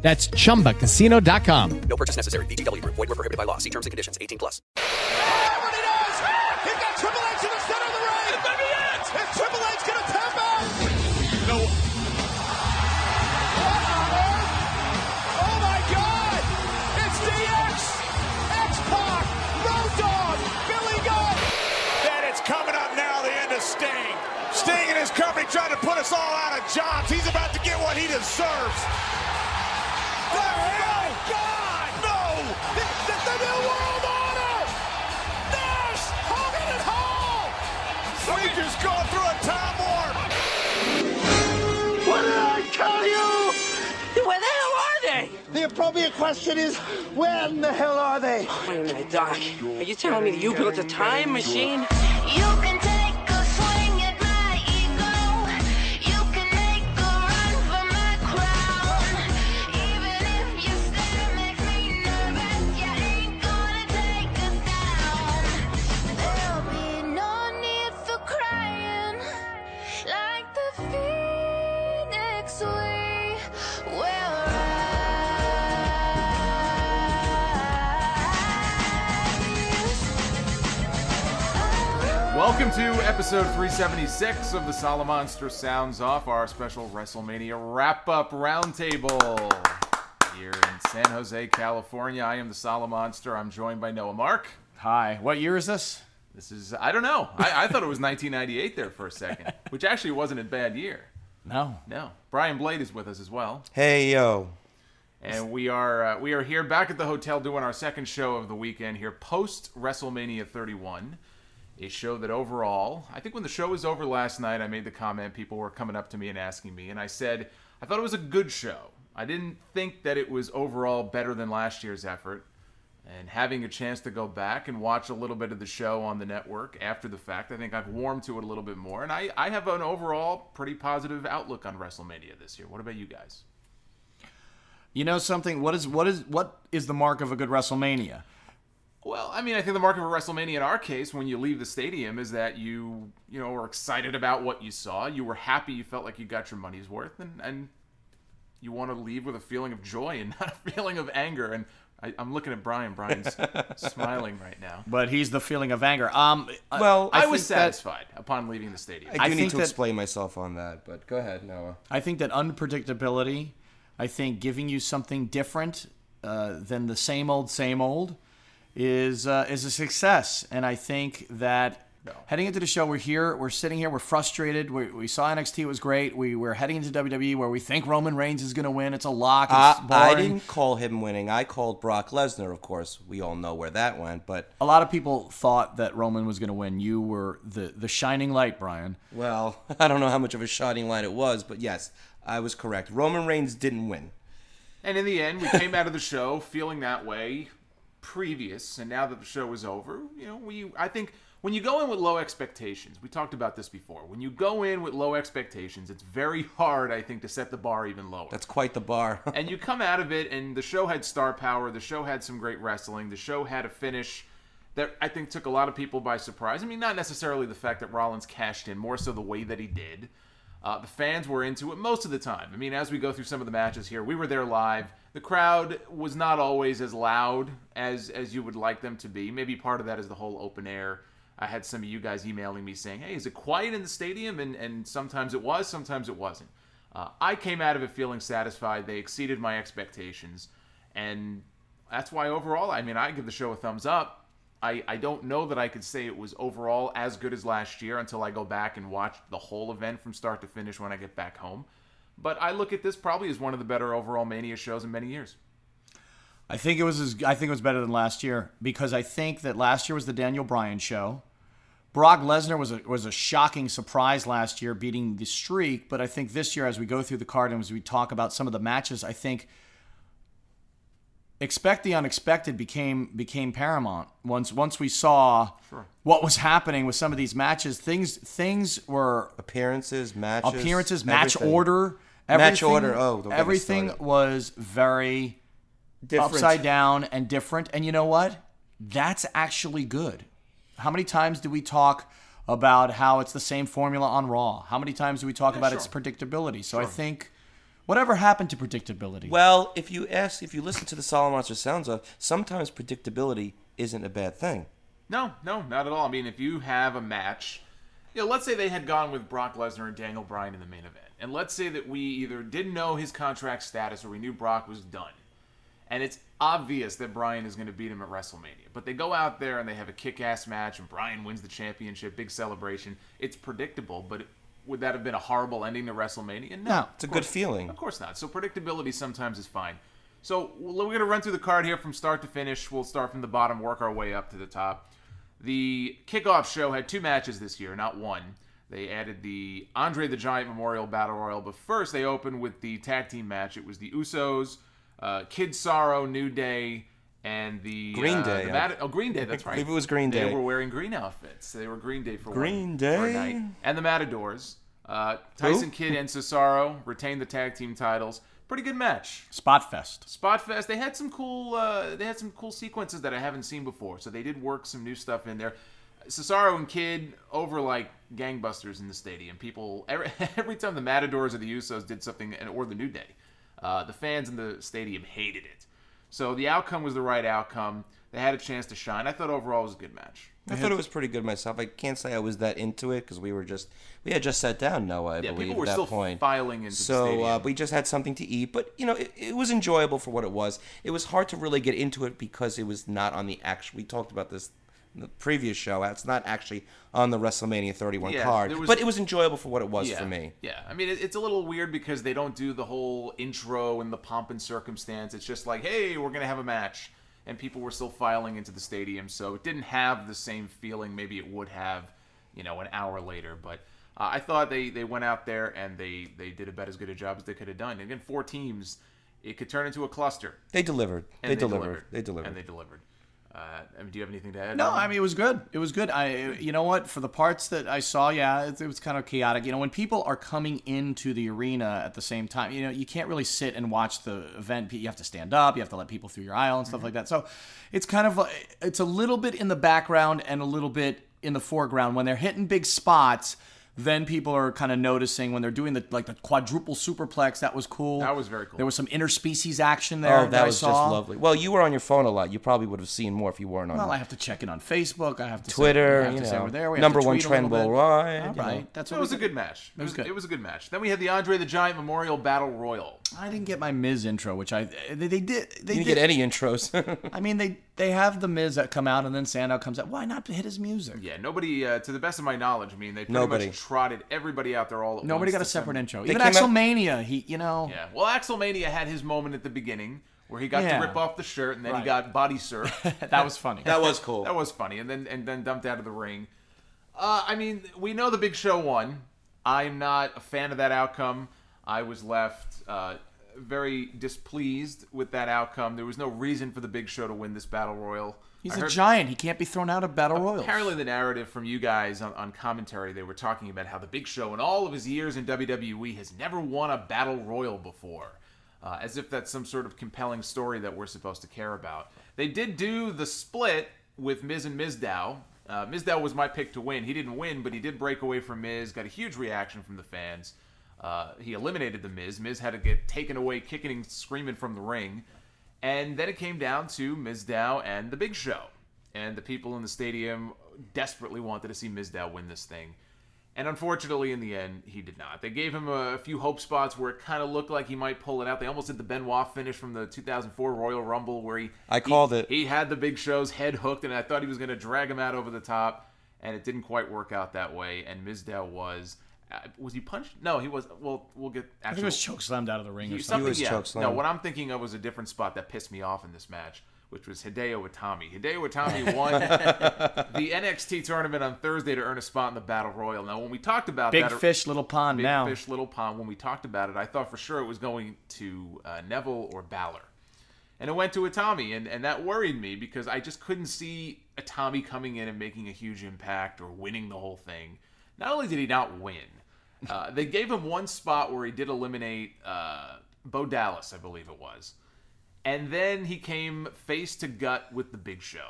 That's chumbacasino.com. No purchase necessary. BGW. Void were prohibited by law. See terms and conditions. 18 plus. Everybody knows he's got Triple H in the center of the ring. It may be it. If Triple H gonna tap out, no. What on earth? Oh my God! It's DX, X Pac, Road Dog, Billy Gunn. that it's coming up now, the end of Sting. Sting and his company tried to put us all out of jobs. He's about to get what he deserves. Oh my God! No! It's the, the new world order. Nash, Hogan, and Hall. We've just gone through a time warp. What did I tell you? Where the hell are they? The appropriate question is, when the hell are they? Wait a minute, oh Doc. Are you telling me that you built a time machine? Oh, You can take a swing at my ego. You can make a run for my crown. Even if you stare makes me nervous, you ain't gonna take us down. There'll be no need for crying, like the phoenix we will rise. Welcome to episode 376 of the Sala Monster Sounds Off, our special WrestleMania wrap up roundtable here in San Jose, California. I am the Sala Monster. I'm joined by Noah Mark. Hi. What year is this? This is, I don't know. I, I thought it was 1998 there for a second, which actually wasn't a bad year. No. No. Brian Blade is with us as well. Hey yo, And we are uh, we are here back at the hotel doing our second show of the weekend here post WrestleMania 31, a show that overall I think when the show was over last night I made the comment people were coming up to me and asking me and I said I thought it was a good show. I didn't think that it was overall better than last year's effort. And having a chance to go back and watch a little bit of the show on the network after the fact, I think I've warmed to it a little bit more. And I, I have an overall pretty positive outlook on WrestleMania this year. What about you guys? You know something? What is what is what is the mark of a good WrestleMania? Well, I mean, I think the mark of a WrestleMania in our case, when you leave the stadium, is that you, you know, were excited about what you saw. You were happy. You felt like you got your money's worth, and and you want to leave with a feeling of joy and not a feeling of anger. And I, I'm looking at Brian. Brian's smiling right now. But he's the feeling of anger. Um. I- Well, I, was think that- satisfied upon leaving the stadium. I do think need to that- explain myself on that, but go ahead, Noah. I think that unpredictability. I think giving you something different uh, than the same old, same old is uh, is a success. And I think that heading into the show, we're here, we're sitting here, we're frustrated. We, we saw NXT it was great. We we're heading into WWE where we think Roman Reigns is going to win. It's a lock. It's I, I boring. didn't call him winning. I called Brock Lesnar. Of course, we all know where that went. But A lot of people thought that Roman was going to win. You were the the shining light, Brian. well, I don't know how much of a shining line it was, but yes, I was correct. Roman Reigns didn't win. And in the end, we came out of the show feeling that way previous, and now that the show is over, you know, we I think when you go in with low expectations, we talked about this before. When you go in with low expectations, it's very hard, I think, to set the bar even lower. That's quite the bar. and you come out of it, and the show had star power. The show had some great wrestling. The show had a finish that I think took a lot of people by surprise. I mean, not necessarily the fact that Rollins cashed in, more so the way that he did. Uh, the fans were into it most of the time. I mean, as we go through some of the matches here, we were there live. The crowd was not always as loud as as you would like them to be. Maybe part of that is the whole open air. I had some of you guys emailing me saying, "Hey, is it quiet in the stadium?" And and sometimes it was, sometimes it wasn't. Uh, I came out of it feeling satisfied. They exceeded my expectations, and that's why overall, I mean, I give the show a thumbs up. I, I don't know that I could say it was overall as good as last year until I go back and watch the whole event from start to finish when I get back home. But I look at this probably as one of the better overall Mania shows in many years. I think it was as, I think it was better than last year because I think that last year was the Daniel Bryan show. Brock Lesnar was a was a shocking surprise last year, beating the streak. But I think this year, as we go through the card and as we talk about some of the matches, I think expect the unexpected became became paramount once once we saw what was happening with some of these matches. Things things were Appearances, matches, appearances, match everything. order, everything, Match order, oh, don't get me everything started. was very Different. upside down and different. And you know what? That's actually good. How many times do we talk about how it's the same formula on Raw? How many times do we talk about its predictability? So I think whatever happened to predictability? Well, if you ask, if you listen to the Solid Monster Sounds of, sometimes predictability isn't a bad thing. No, no, not at all. I mean, if you have a match, you know, let's say they had gone with Brock Lesnar and Daniel Bryan in the main event, and let's say that we either didn't know his contract status or we knew Brock was done, and it's obvious that Bryan is going to beat him at WrestleMania, but they go out there and they have a kick-ass match, and Bryan wins the championship, big celebration. It's predictable, but would that have been a horrible ending to WrestleMania? No, No, It's a good feeling. of course not. So predictability sometimes is fine. So we're going to run through the card here from start to finish. We'll start from the bottom, work our way up to the top. The kickoff show had two matches this year, not one. They added the Andre the Giant Memorial Battle Royal, but first they opened with the tag team match. It was the Usos, uh, Kid Sorrow, New Day, and the Green uh, Day, the I- Mat- oh, Green Day. That's I right. believe it was Green Day. They were wearing green outfits. They were Green Day for Green one, Day? for a night. and the Matadors. Uh, Tyson Kidd and Cesaro retained the tag team titles. Pretty good match. spot fest. Spotfest. They had some cool. Uh, they had some cool sequences that I haven't seen before. So they did work some new stuff in there. Cesaro and Kid over like gangbusters in the stadium. People every, every time the Matadors or the Usos did something, and or the New Day, uh, the fans in the stadium hated it. So the outcome was the right outcome. They had a chance to shine. I thought overall it was a good match. I thought it was pretty good myself. I can't say I was that into it because we were just we had just sat down. Noah, I Yeah, believe people were at that still point. filing into the so stadium. uh, we just had something to eat, but you know it, it was enjoyable for what it was. It was hard to really get into it because it was not on the actual. We talked about this in the previous show. It's not actually on the WrestleMania 31 Yeah, card, there was- but it was enjoyable for what it was yeah. for me. Yeah, I mean, it, it's a little weird because they don't do the whole intro and the pomp and circumstance. It's just like, hey, we're gonna have a match, and people were still filing into the stadium, so it didn't have the same feeling. Maybe it would have, you know, an hour later. But uh, I thought they they went out there and they they did about as good a job as they could have done. And again, four teams, it could turn into a cluster. They delivered. And They, delivered. They delivered. And they delivered. Uh, I mean, do you have anything to add? Um, No, Alan? I mean it was good. It was good. I, you know what? For the parts that I saw, yeah, it, it was kind of chaotic. You know, when people are coming into the arena at the same time, you know, you can't really sit and watch the event. You have to stand up. You have to let people through your aisle and stuff like that. So, it's kind of like- it's a little bit in the background and a little bit in the foreground when they're hitting big spots. Then people are kind of noticing when they're doing the like the quadruple superplex. That was cool. That was very cool. There was some interspecies action there. Oh, that I was just saw. lovely. Well, you were on your phone a lot. You probably would have seen more if you weren't on. Well, I have to check it on Facebook. I have to say- Twitter, I have you to say know, we're there. We have number to one tweet a trend little bit. worldwide, All you right, know. that's So it what was we a did. good match. It was was, good. it was a good match. Then we had the Andre the Giant Memorial Battle Royal. I didn't get my Miz intro, which I they, they did. They you didn't did. get any intros. I mean, they they have the Miz that come out, and then Sandow comes out. Why not hit his music? Yeah, nobody, uh, to the best of my knowledge, I mean, they pretty Nobody. much trotted everybody out there all at Nobody once got a to separate some- intro. Even came out- Axelmania, he you know. Yeah, well, Axelmania had his moment at the beginning where he got Yeah. to rip off the shirt and then Right. he got body surf. That was funny. that was cool. that was funny, and then and then dumped out of the ring. Uh, I mean, we know the Big Show won. I'm not a fan of that outcome. I was left uh, very displeased with that outcome. There was no reason for the Big Show to win this battle royal. He's I a heard- giant. He can't be thrown out of battle royals. Apparently, the narrative from you guys on, on commentary, they were talking about how the Big Show, in all of his years in WWE, has never won a battle royal before, uh, as if that's some sort of compelling story that we're supposed to care about. They did do the split with Miz and Mizdow. Uh, Mizdow was my pick to win. He didn't win, but he did break away from Miz. Got a huge reaction from the fans. Uh, he eliminated the Miz. Miz had to get taken away, kicking and screaming from the ring. And then it came down to Mizdow and the Big Show. And the people in the stadium desperately wanted to see Mizdow win this thing. And unfortunately, in the end, he did not. They gave him a few hope spots where it kind of looked like he might pull it out. They almost did the Benoit finish from the 2004 Royal Rumble where he. I he- called it. He had the Big Show's head hooked, and I thought he was going to drag him out over the top. And it didn't quite work out that way. And Mizdow was. Uh, was he punched? No, he was. Well, we'll get. Actual, I think he was choke slammed out of the ring or you- something. something, was chokeslammed. yeah. No, what I'm thinking of was a different spot that pissed me off in this match, which was Hideo Itami. Hideo Itami won the NXT tournament on Thursday to earn a spot in the Battle Royal. Now, when we talked about Big that, fish, little pond. Big now Fish Little Pond, when we talked about it, I thought for sure it was going to uh, Neville or Balor. and it went to Atami, and and that worried me because I just couldn't see Atami coming in and making a huge impact or winning the whole thing. Not only did he not win, uh, they gave him one spot where he did eliminate uh, Bo Dallas, I believe it was, and then he came face to gut with the Big Show,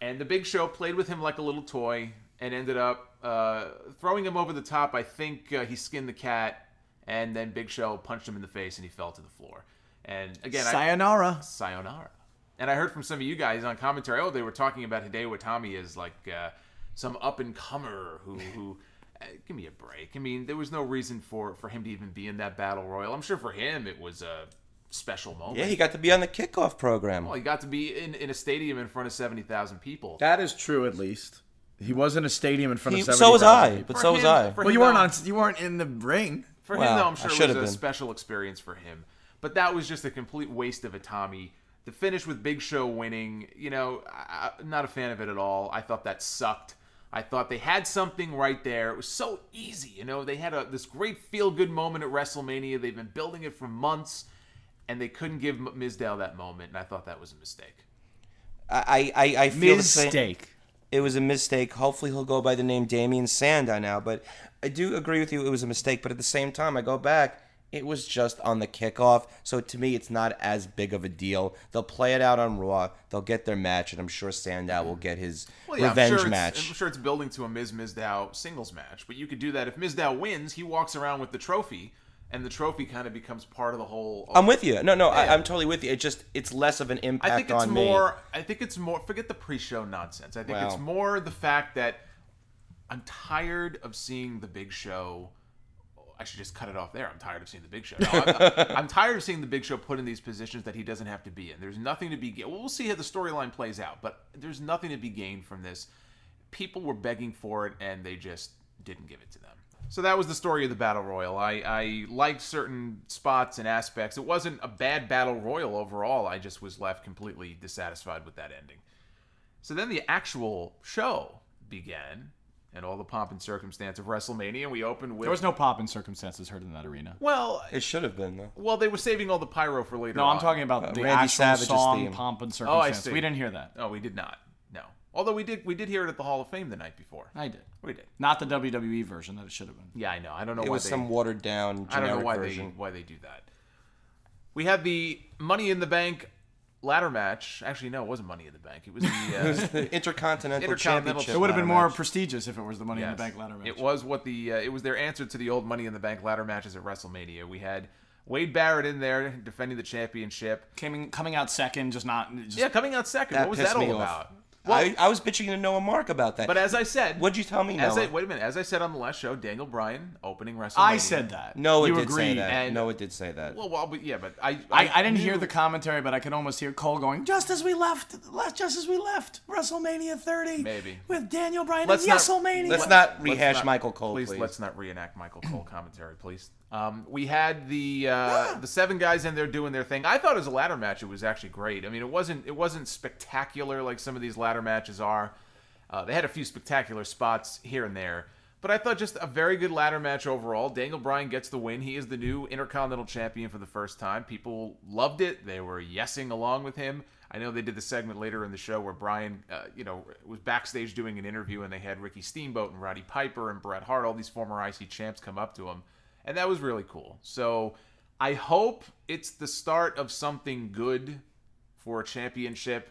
and the Big Show played with him like a little toy and ended up uh, throwing him over the top. I think uh, he skinned the cat, and then Big Show punched him in the face, and he fell to the floor. And again, I, Sayonara. sayonara. And I heard from some of you guys on commentary. Oh, they were talking about Hideo Itami as like uh, some up and comer who who. Uh, give me a break. I mean, there was no reason for for him to even be in that battle royal. I'm sure for him it was a special moment. Yeah, he got to be on the kickoff program. Well, he Oh, got to be in, in a stadium in front of seventy thousand people. That is true, at least. He was in a stadium in front He- of 70. so was I, but For so was him- I. for Well, him, you weren't though- on. You weren't in the ring. For him, Wow, though, I'm I sure it should was a have been. special experience for him. But that was just a complete waste of a Tommy. The finish with Big Show winning, you know, I, I'm not a fan of it at all. I thought that sucked. I thought they had something right there. It was so easy, you know. They had a, this great feel-good moment at WrestleMania. They've been building it for months, and they couldn't give M- Mizdale that moment. And I thought that was a mistake. I, I, I feel the same- Mistake. it was a mistake. Hopefully, he'll go by the name Damien Sanda now. But I do agree with you; it was a mistake. But at the same time, I go back; it was just on the kickoff. So to me, it's not as big of a deal. They'll play it out on Raw. They'll get their match, and I'm sure Sandow will get his Well, yeah, revenge I'm sure It's, match. I'm sure it's building to a Ms. Mizdow singles match, but you could do that if Mizdow wins. He walks around with the trophy, and the trophy kind of becomes part of the whole. I'm with you. No, no, I, I'm totally with you. It just it's less of an impact I think it's on more. me. I think it's more. Forget the pre-show nonsense. I think Wow. it's more the fact that I'm tired of seeing the Big Show. I should just cut it off there. I'm tired of seeing the Big Show. No, I'm, I'm tired of seeing the Big Show put in these positions that he doesn't have to be in. There's nothing to be. ga- Well, we'll see how the storyline plays out, but there's nothing to be gained from this. People were begging for it, and they just didn't give it to them. So that was the story of the battle royal. I, I liked certain spots and aspects. It wasn't a bad battle royal overall. I just was left completely dissatisfied with that ending. So then the actual show began, and all the pomp and circumstance of WrestleMania. And we opened with There was no pop in circumstances heard in that arena. well, It should have been though. well, they were saving all the pyro for later. No, I'm on. talking about the Uh, Randy actual Savage's song, theme. pomp and Oh, I circumstance. see. We didn't hear that. No, we did not. No, although we did, we did hear it at the Hall of Fame the night before. I did. We did. Not the WWE version that it should have been. Yeah, I know. I don't know It why was they. some watered down. I Generic don't know why version. they why they do that. We had the Money in the Bank ladder match. Actually, no, it wasn't Money in the Bank. It was the. Uh, The Intercontinental, Intercontinental Championship. It would have been ladder more match. prestigious if it was the Money in Yes. the Bank ladder match. It was what the uh, it was their answer to the old Money in the Bank ladder matches at WrestleMania. We had Wade Barrett in there defending the championship. Came in, coming out second, just not. Just, Yeah, coming out second. That what was pissed that all me off. about? I, I was bitching to Noah Mark about that. But as I said, What'd you tell me, As I, Noah? wait a minute, as I said on the last show, Daniel Bryan opening WrestleMania. I said that. no, it you did agreed. say that. and- no, it did say that. Well, well, but yeah, but I I, I didn't hear knew- the commentary, but I could almost hear Cole going, "Just as we left, le- just as we left WrestleMania 30, Maybe. with Daniel Bryan Let's and not- WrestleMania." Let's Let- not let's rehash not- Michael Cole, please. let's not reenact Michael Cole commentary, please. Um, we had the uh, the seven guys in there doing their thing. I thought it was a ladder match. It was actually great. I mean, it wasn't it wasn't spectacular like some of these ladder matches are. Uh, they had a few spectacular spots here and there, but I thought just a very good ladder match overall. Daniel Bryan gets the win. He is the new Intercontinental Champion for the first time. People loved it. They were yesing along with him. I know they did the segment later in the show where Brian, uh, you know, was backstage doing an interview, and they had Ricky Steamboat and Roddy Piper and Bret Hart, all these former IC champs, come up to him, and that was really cool. So I hope it's the start of something good for a championship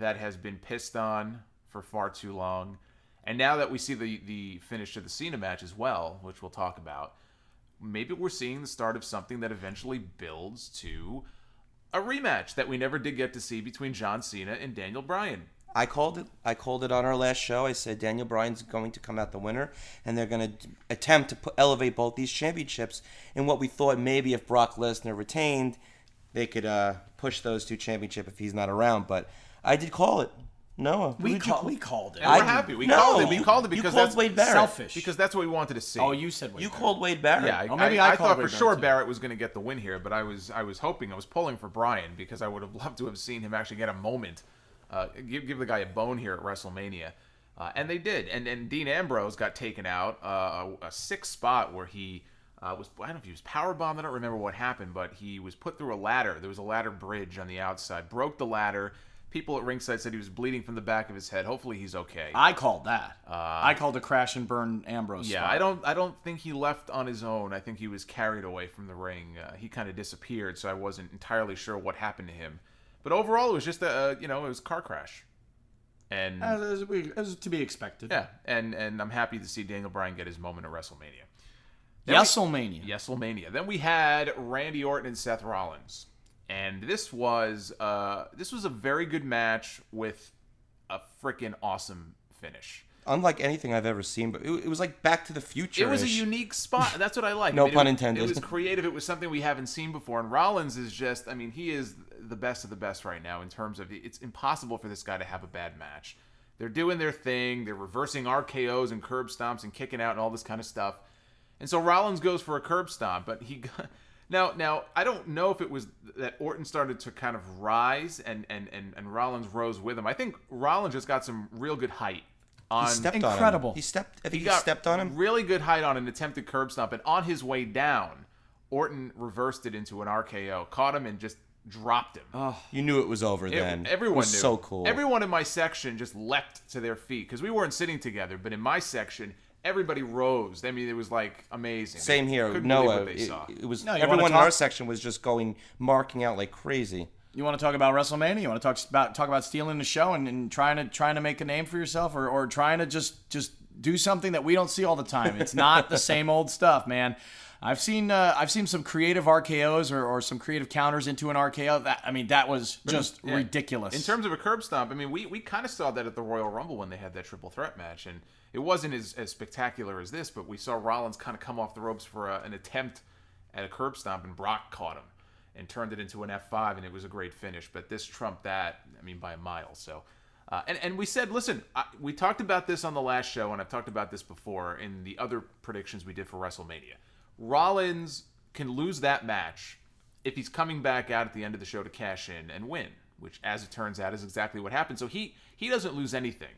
that has been pissed on for far too long. And now that we see the the finish to the Cena match as well, which we'll talk about, maybe we're seeing the start of something that eventually builds to a rematch that we never did get to see between John Cena and Daniel Bryan. I called it. I called it on our last show. I said Daniel Bryan's going to come out the winner, and they're going to attempt to put, elevate both these championships. And what we thought maybe if Brock Lesnar retained, they could uh, push those two championship if he's not around. But I did call it. Noah, who we, did you call, call- we called it. And I we're did- happy. We no. called it. We called it You because called that's Wade Barrett. Selfish. Because that's what we wanted to see. oh, you said wait You there. called Wade Barrett. Yeah, I, Oh, maybe I, I I thought called for Wade Barrett, sure too. Barrett was going to get the win here, but I was I was hoping I was pulling for Brian because I would have loved to have seen him actually get a moment, uh, give give the guy a bone here at WrestleMania, uh, and they did. And and Dean Ambrose got taken out uh, a, a sixth spot where he Uh, was I don't know if he was power bombed. I don't remember what happened, but he was put through a ladder. There was a ladder bridge on the outside. Broke the ladder. People at ringside said he was bleeding from the back of his head. Hopefully he's okay. I called that. I called a crash and burn Ambrose. Uh, Yeah, spot. I don't. I don't think he left on his own. I think he was carried away from the ring. Uh, he kind of disappeared, so I wasn't entirely sure what happened to him. But overall, it was just a uh, you know it was a car crash, and As, as we, as to be expected. yeah, and and I'm happy to see Daniel Bryan get his moment at WrestleMania. WrestleMania. WrestleMania. Then we had Randy Orton and Seth Rollins, and this was uh this was a very good match with a freaking awesome finish. Unlike anything I've ever seen, but it, it was like Back to the Future. It was a unique spot. That's what I like. No I mean, it pun was- intended. It was creative. It was something we haven't seen before. And Rollins is just, I mean, he is the best of the best right now in terms of it's impossible for this guy to have a bad match. They're doing their thing. They're reversing RKOs and curb stomps and kicking out and all this kind of stuff. And so Rollins goes for a curb stomp, but he got, now now I don't know if it was that Orton started to kind of rise and and and, and Rollins rose with him. I think Rollins just got some real good height on He stepped On Incredible. him. He stepped. I think he he, got stepped on him. Really good height on an attempted curb stomp, and on his way down, Orton reversed it into an RKO, caught him, and just dropped him. You knew it was over It- then. Oh, everyone it was knew. So cool. Everyone in my section just leapt to their feet because we weren't sitting together, but in my section, everybody rose. I mean, it was like amazing. Same here. Couldn't Noah. believe what they it, saw. it was No, you wanna everyone in our talk- section was just going marking out like crazy. You want to talk about WrestleMania? You want to talk about talk about stealing the show and, and trying to trying to make a name for yourself, or, or trying to just just do something that we don't see all the time. It's not the same old stuff, man. I've seen uh, I've seen some creative RKO's or, or some creative counters into an RKO. That I mean, that was just ridiculous. In terms of a curb stomp, I mean, we, we kind of saw that at the Royal Rumble when they had that triple threat match, and it wasn't as, as spectacular as this, but we saw Rollins kind of come off the ropes for a, an attempt at a curb stomp, and Brock caught him and turned it into an F5, and it was a great finish. But this trumped that, I mean, by a mile. So, uh, and, and we said, listen, I, we talked about this on the last show, and I've talked about this before in the other predictions we did for WrestleMania. Rollins can lose that match if he's coming back out at the end of the show to cash in and win, which, as it turns out, is exactly what happened. So he he doesn't lose anything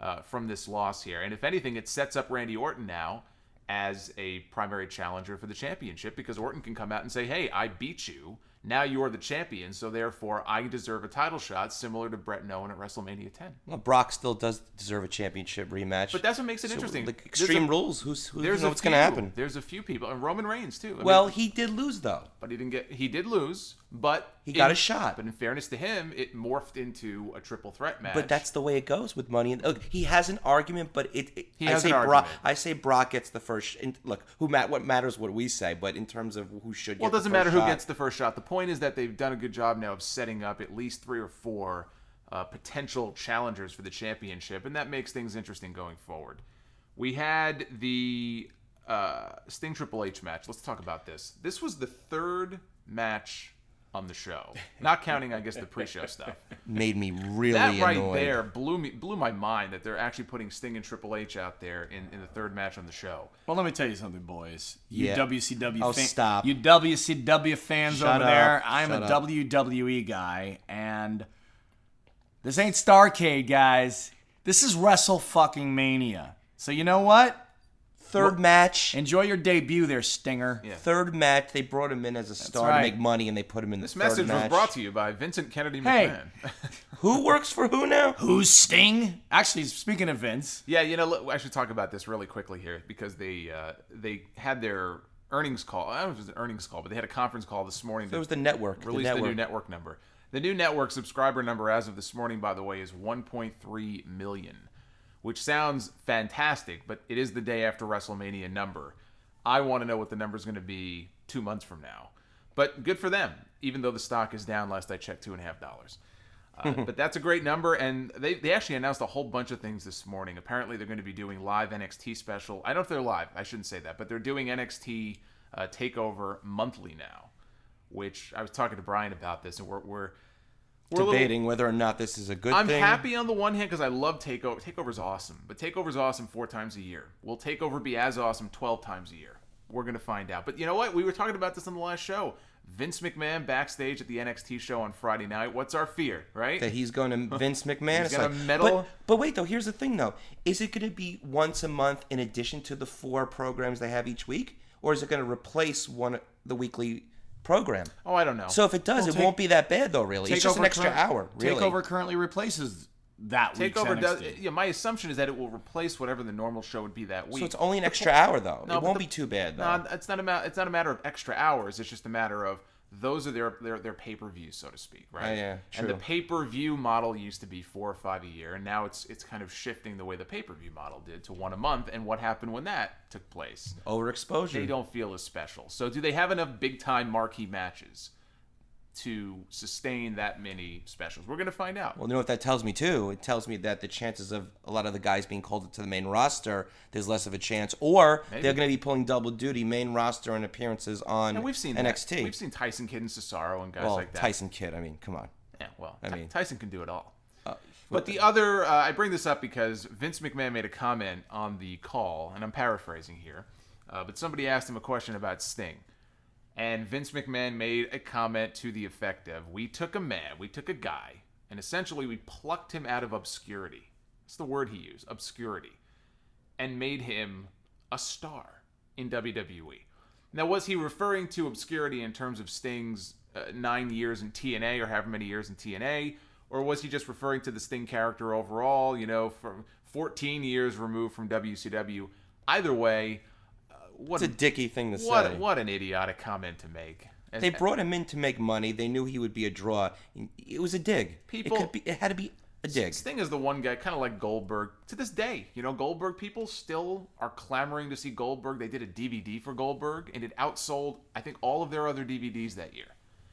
uh, from this loss here, and if anything, it sets up Randy Orton now as a primary challenger for the championship because Orton can come out and say, "Hey, I beat you. Now you are the champion, so therefore I deserve a title shot, similar to Bret and Owen at WrestleMania 10." Well, Brock still does deserve a championship rematch. But that's what makes it interesting. Like There's extreme a- rules. Who's who? There's knows a what's going to few- happen? There's a few people, and Roman Reigns too. I mean, Well, he did lose though. But he didn't get. He did lose, but He got a shot. But in fairness to him, it morphed into a triple threat match. But that's the way it goes with money. And look, he has an argument, but it. it- He I has say an Brock. argument. I say Brock gets the first. Sh- and look, who mat? What matters? What we say, but in terms of who should. well, it get doesn't the first matter shot. who gets the first shot. The point is that they've done a good job now of setting up at least three or four uh, potential challengers for the championship, and that makes things interesting going forward. We had the uh, Sting Triple H match. Let's talk about this. This was the third match on the show, not counting, I guess, the pre-show stuff. made me really that right annoyed. there blew me blew my mind that they're actually putting Sting and Triple H out there in, in the third match on the show. well, let me tell you something, boys. You Yeah. WCW Oh, fan- stop. You WCW fans Shut over up. there. I'm Shut a up. WWE guy, and this ain't Starcade, guys. This is Wrestle fucking Mania. So you know what? Third match. Enjoy your debut there, Stinger. Yeah. Third match, they brought him in as a star right. to make money, and they put him in This the third message match. was brought to you by Vincent Kennedy Hey. McMahon. Who works for who now? Who's Sting? Actually, speaking of Vince, yeah, you know, look, I should talk about this really quickly here because they uh, they had their earnings call. I don't know if it was an earnings call, but they had a conference call this morning. It was the network. The Release the, network. new network number. The new network subscriber number as of this morning, by the way, is 1.3 million, which sounds fantastic, but it is the day after WrestleMania number. I want to know what the number is going to be two months from now. But good for them, even though the stock is down last I checked, two and a half dollars. Uh, but that's a great number, and they, they actually announced a whole bunch of things this morning. Apparently, they're going to be doing live NXT special. I don't know if they're live. I shouldn't say that, but they're doing NXT uh, Takeover monthly now which I was talking to Brian about this, and we're we're, we're a little- Debating whether or not this is a good I'm thing. happy on the one hand because I love Takeover. Takeover's awesome, but Takeover's awesome four times a year. Will Takeover be as awesome 12 times a year? We're going to find out. But you know what? We were talking about this on the last show. Vince McMahon backstage at the NXT show on Friday night. What's our fear, right? that he's going to Vince McMahon. It's gonna like, meddle. But, but wait, though. Here's the thing, though. Is it going to be once a month in addition to the four programs they have each week, or is it going to replace one the weekly program? Oh, I don't know. So if it does, Well, it take- won't be that bad though. Really, it's just an extra hour. Really, Takeover currently replaces that Takeover week's does. NXT. Yeah, my assumption is that it will replace whatever the normal show would be that week. So it's only an The extra po- hour though. No, it but won't the- be too bad though. No, it's not a ma- it's not a matter of extra hours. It's just a matter of those are their their their pay per views, so to speak, right? Oh, yeah, And the true. pay per view model used to be four or five a year, and now it's it's kind of shifting the way the pay per view model did to one a month. And what happened when that took place? Oh, Overexposure. They don't feel as special. So do they have enough big time marquee matches to sustain that many specials? We're gonna find out. Well, you know what that tells me too? It tells me that the chances of a lot of the guys being called up to the main roster, there's less of a chance, or they're going to be pulling double duty, main roster and appearances on and we've seen that. NXT. We've seen Tyson Kidd and Cesaro and guys well, like that. Tyson Kidd. I mean, come on. Yeah, well, I Ty- mean- uh, Tyson can do it all. but the other, uh, I bring this up because Vince McMahon made a comment on the call, and I'm paraphrasing here, uh, but somebody asked him a question about Sting. And Vince McMahon made a comment to the effect of We took a man, we took a guy, and essentially we plucked him out of obscurity. That's the word he used obscurity. And made him a star in E. WWE. Now, was he referring to obscurity in terms of Sting's uh, nine years in TNA or however many years in TNA? Or was he just referring to the Sting character overall, you know, from 14 years removed from WCW? Either way, uh, what It's a dicky thing to what, say. what an idiotic comment to make. And- uh, They brought him in to make money. They knew he would be a draw. It was a dig. People- it, could be, it had to be a dig. Sting is the one guy, kind of like Goldberg, to this day. You know, Goldberg people still are clamoring to see Goldberg. They did a DVD for Goldberg, and it outsold, I think, all of their other DVDs that year.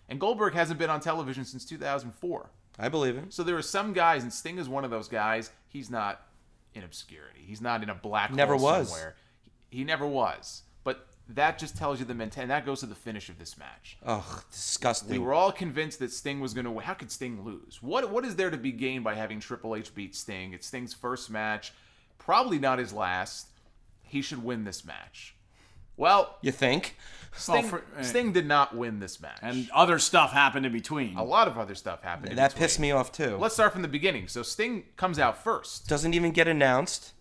And Goldberg hasn't been on television since 2004. I believe him. So there are some guys, and Sting is one of those guys. He's not in obscurity. He's not in a black Never hole was. somewhere. He, he never was. But that just tells you the mentality. And that goes to the finish of this match. Ugh, disgusting. We were all convinced that Sting was going to. How could Sting lose? What What is there to be gained by having Triple H beat Sting? It's Sting's first match, probably not his last. He should win this match. Well, you think? Sting, for- eh. Sting did not win this match, and other stuff happened in between. a lot of other stuff happened. in That between. pissed me off too. Let's start from the beginning. So Sting comes out first. Doesn't even get announced.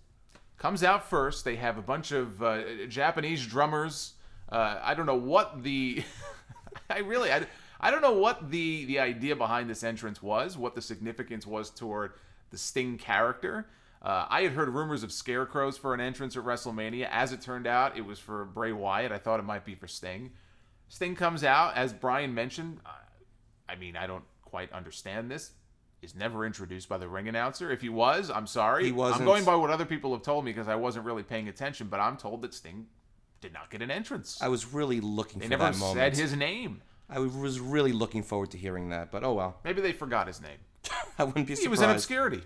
Comes out first. They have a bunch of uh, Japanese drummers. Uh, I don't know what the. I really. I, I don't know what the the idea behind this entrance was. What the significance was toward the Sting character. Uh, I had heard rumors of scarecrows for an entrance at WrestleMania. As it turned out, it was for Bray Wyatt. I thought it might be for Sting. Sting comes out, as Brian mentioned. uh, I mean, I don't quite understand this. Is never introduced by the ring announcer. If he was, I'm sorry. He wasn't. I'm going by what other people have told me because I wasn't really paying attention. But I'm told that Sting did not get an entrance. I was really looking they for never that moment. said his name. I was really looking forward to hearing that, but oh well. Maybe they forgot his name. I wouldn't be surprised. He was in obscurity.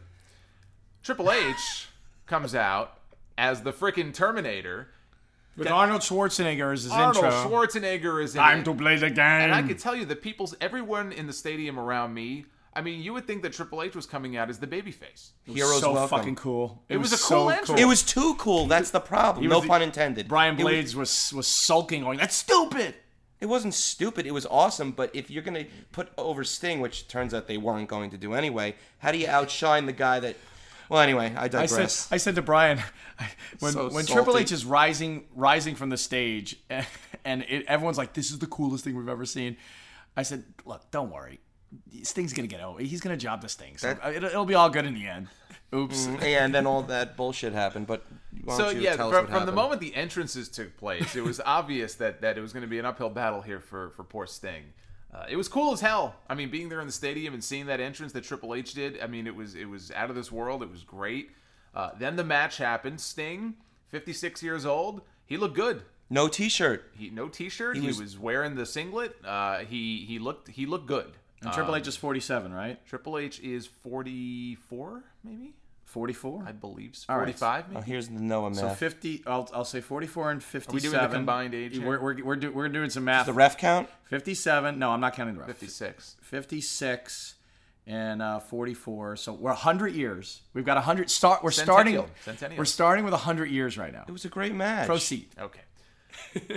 Triple H comes out as the frickin' Terminator. With Arnold Schwarzenegger as his Arnold intro. Schwarzenegger is in Time it. to play the game. And I could tell you the people's everyone in the stadium around me. I mean, you would think that Triple H was coming out as the babyface. Heroes so welcome. fucking cool. It was a so cool entrance. It was too cool. That's the problem. He No was the- pun intended. Brian It was- Blades was was sulking, going, "That's stupid." It wasn't stupid. It was awesome. But if you're gonna put over Sting, which turns out they weren't going to do anyway, how do you outshine the guy that? Well, anyway, I I digress. said, I said to Brian, I- when So when salty. Triple H is rising rising from the stage, and, it, everyone's like, "This is the coolest thing we've ever seen," I said, "Look, don't worry, Sting's gonna get over. He's gonna job this thing. So it'll, it'll be all good in the end." Oops. yeah, and then all that bullshit happened. But why So don't you yeah, tell from, us what from the happened? moment the entrances took place, it was obvious that that it was going to be an uphill battle here for for poor Sting. Uh, it was cool as hell. I mean, being there in the stadium and seeing that entrance that Triple H did, I mean, it was it was out of this world. It was great. Uh, then the match happened. Sting, 56 years old, he looked good. no T-shirt. He no t-shirt. He, was- was, wearing the singlet. Uh, he he looked he looked good. uh, Um, And Triple H is forty-seven, right? Triple H is 44, maybe Forty-four. I believe so. right. 45. Oh, Maybe. here's the Noah So math. fifty. I'll, I'll say forty-four and fifty-seven. combined age here? We're we're, we're, do, we're doing some math. the ref count. Fifty-seven. No, I'm not counting the ref. 56. 56 and uh, 44 so we're 100 years we've got 100 start we're starting Centennial. Centennial. we're starting with 100 years right now It was a great match. proceed Okay.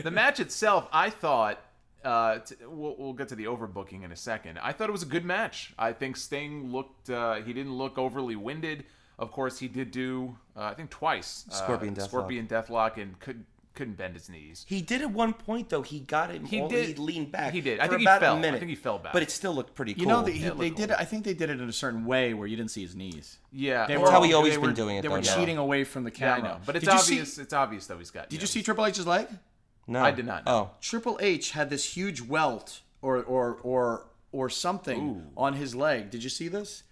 the match itself, I thought. Uh, t- we'll, we'll get to the overbooking in a second. I thought it was a good match. I think Sting looked. Uh, he didn't look overly winded. Of course, he did do. Uh, I think twice. Uh, Scorpion Deathlock. Scorpion Deathlock and could couldn't bend his knees. He did at one point though. He got it. He all- did- He leaned back. he did. I for think he about fell. A I minute, think he fell back. But it still looked pretty cool. You know, they, Yeah, it they looked did. it- I think they did it in a certain way where you didn't see his knees. Yeah, They or- were- how he always they been were- doing it, They though, were now. cheating away from the Yeah, camera. I know, but it's Did you see- obvious. it's obvious though he's got. Did you see Triple H's leg? no, I did not know. Oh, Triple H had this huge welt or or or or something on his leg. Did you see this?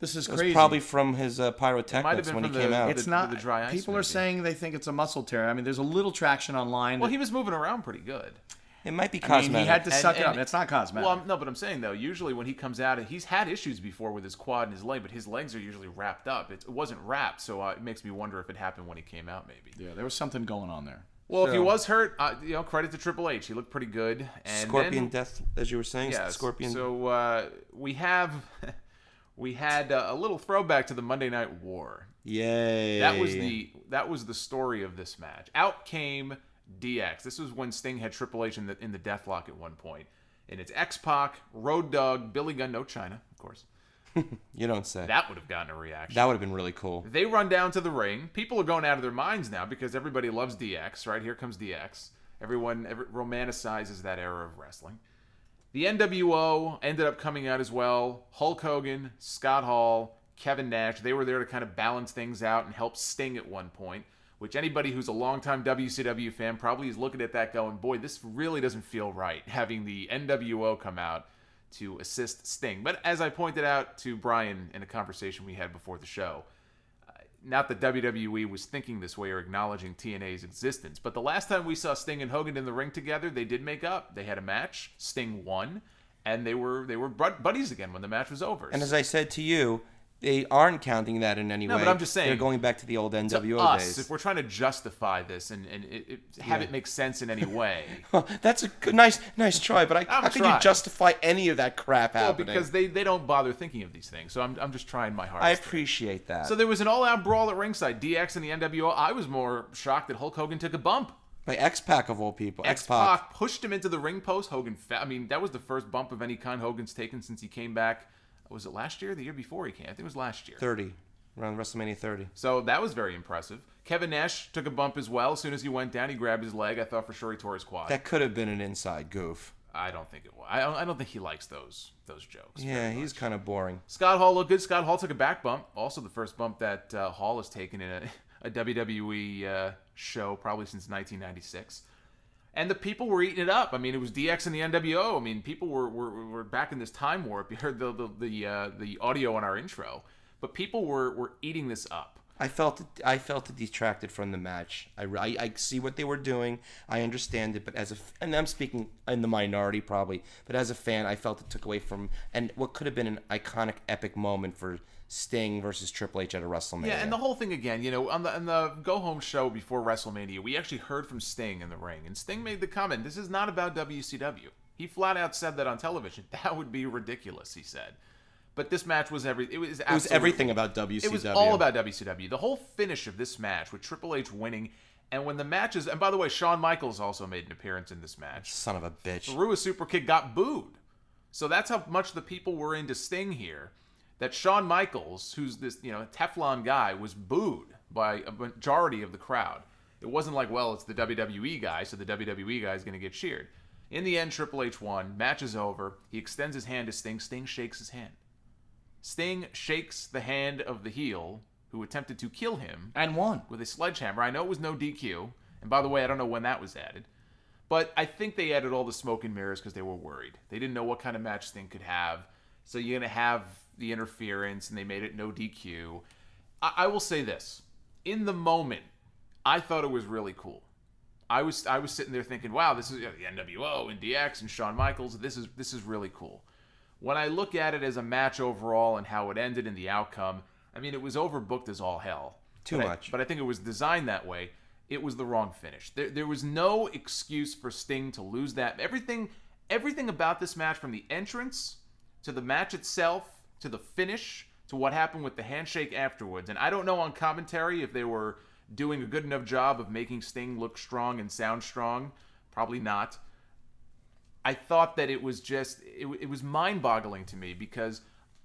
This is it was crazy. probably from his uh, might have pyrotechnics been when he from the- came out. the- it's not the dry ice People are maybe. saying they think it's a muscle tear. I mean, there's a little traction online. Well, that- he was moving around pretty good. it might be I mean, cosmetic. he had to And- suck it and- up. That's not cosmetic. Well, I'm- no, but I'm saying though, usually when he comes out, he's had issues before with his quad and his leg, but his legs are usually wrapped up. It, it wasn't wrapped, so uh, it makes me wonder if it happened when he came out, maybe. yeah, there was something going on there. Well, if he was hurt, uh, you know, credit to Triple H. He looked pretty good. And Scorpion then, death, as you were saying. Yeah, Scorpion. So uh, we have, we had uh, a little throwback to the Monday Night War. Yay. That was the that was the story of this match. Out came DX. This was when Sting had Triple H in the in the Deathlock at one point, and it's X Pac, Road Dogg, Billy Gunn, no China, of course. You don't say. That, That would have gotten a reaction. would have been really cool. they run down to the ring. People are going out of their minds now because everybody loves DX. Right here comes DX. Everyone every, romanticizes that era of wrestling. The NWO ended up coming out as well. Hulk Hogan, Scott Hall, Kevin Nash, they were there to kind of balance things out and help Sting at one point, which anybody who's a longtime WCW fan probably is looking at that going, boy, this really doesn't feel right having the NWO come out to assist Sting. But as I pointed out to Brian in a conversation we had before the show, not that WWE was thinking this way or acknowledging TNA's existence, but the last time we saw Sting and Hogan in the ring together, they did make up. They had a match. Sting won, and they were they were bud- buddies again when the match was over. And as I said to you, they aren't counting that in any No, way. but I'm just saying- They're going back to the old To NWO us, days. if we're trying to justify this and and it, it, have it make sense in any way, That's a good, nice, nice try. But I, how could trying. you justify any of that crap well, happening? because they they don't bother thinking of these things. So I'm I'm just trying my hardest. I to- appreciate that. So there was an all-out brawl at ringside. DX and the NWO. I was more shocked that Hulk Hogan took a bump. By X Pac of all people, X X Pac. Pac pushed him into the ring post. Hogan, fa- I mean, that was the first bump of any kind Hogan's taken since he came back. Was it last year? or The year before he came? I think it was last year. 30 around WrestleMania 30. So that was very impressive. Kevin Nash took a bump as well. As soon as he went down, he grabbed his leg. I thought for sure he tore his quad. That could have been an inside goof. I don't think it was. I don't, I don't think he likes those those jokes. Yeah, he's kind of boring. Scott Hall looked good. Scott Hall took a back bump. Also, the first bump that uh, Hall has taken in a, a WWE uh, show probably since 1996. And the people were eating it up. I mean, it was DX and the NWO. I mean, people were were, were back in this time warp. You heard the the the, uh, the audio on our intro, but people were were eating this up. I felt I felt it detracted from the match. I, I, I see what they were doing. I understand it, but as a f- and I'm speaking in the minority probably, but as a fan, I felt it took away from and what could have been an iconic epic moment for Sting versus Triple H at a WrestleMania. Yeah, and the whole thing again, you know, on the on the go home show before WrestleMania, we actually heard from Sting in the ring, and Sting made the comment, "This is not about WCW." He flat out said that on television. That would be ridiculous, he said. But this match was every it was it was absolutely- everything about WCW. It was all about WCW. The whole finish of this match with Triple H winning, and when the matches, and by the way, Shawn Michaels also made an appearance in this match son of a bitch. threw a super kick, got booed. So that's how much the people were into Sting here. That Shawn Michaels, who's this you know Teflon guy, was booed by a majority of the crowd. It wasn't like, well, it's the WWE guy, so the WWE guy is going to get cheered. In the end, Triple H won. Match is over. He extends his hand to Sting. Sting shakes his hand. Sting shakes the hand of the heel who attempted to kill him And one. with a sledgehammer. I know it was no DQ, and by the way, I don't know when that was added, but I think they added all the smoke and mirrors because they were worried. They didn't know what kind of match Sting could have, so you're gonna have the interference, and they made it no DQ. I, I will say this: in the moment, I thought it was really cool. I was I was sitting there thinking, wow, this is you know, the NWO and DX and Shawn Michaels. This is this is really cool. When I look at it as a match overall and how it ended and the outcome, I mean, it was overbooked as all hell. Too But I- much. but I think it was designed that way. It was the wrong finish. There, there was no excuse for Sting to lose that. Everything, everything about this match, from the entrance to the match itself to the finish to what happened with the handshake afterwards. And I don't know on commentary if they were doing a good enough job of making Sting look strong and sound strong. Probably not. I thought that it was just it, w- it was mind-boggling to me because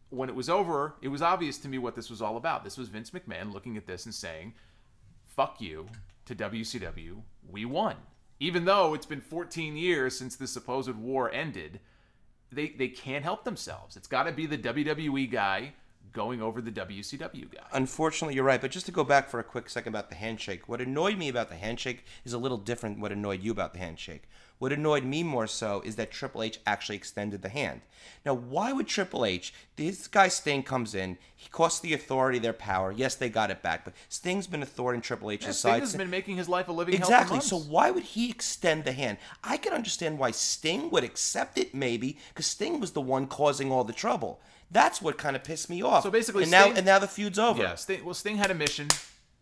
when it was over, it was obvious to me what this was all about. This was Vince McMahon looking at this and saying, "Fuck you. to WCW, we won. Even though it's been 14 years since the supposed war ended, they they can't help themselves. It's got to be the WWE guy going over the WCW guy. Unfortunately, you're right. But just to go back for a quick second about the handshake, what annoyed me about the handshake is a little different than what annoyed you about the handshake. What annoyed me more so is that Triple H actually extended the hand. Now, why would Triple H, this guy Sting comes in, he costs the authority their power. Yes, they got it back, but Sting's been a thorn in Triple H's Yeah, Sting side. has been making his life a living hell for Exactly. months. So why would he extend the hand? I can understand why Sting would accept it, maybe, because Sting was the one causing all the trouble. That's what kind of pissed me off. So basically, and now Sting- and now the feud's over. Yeah, Sting, well, Sting had a mission.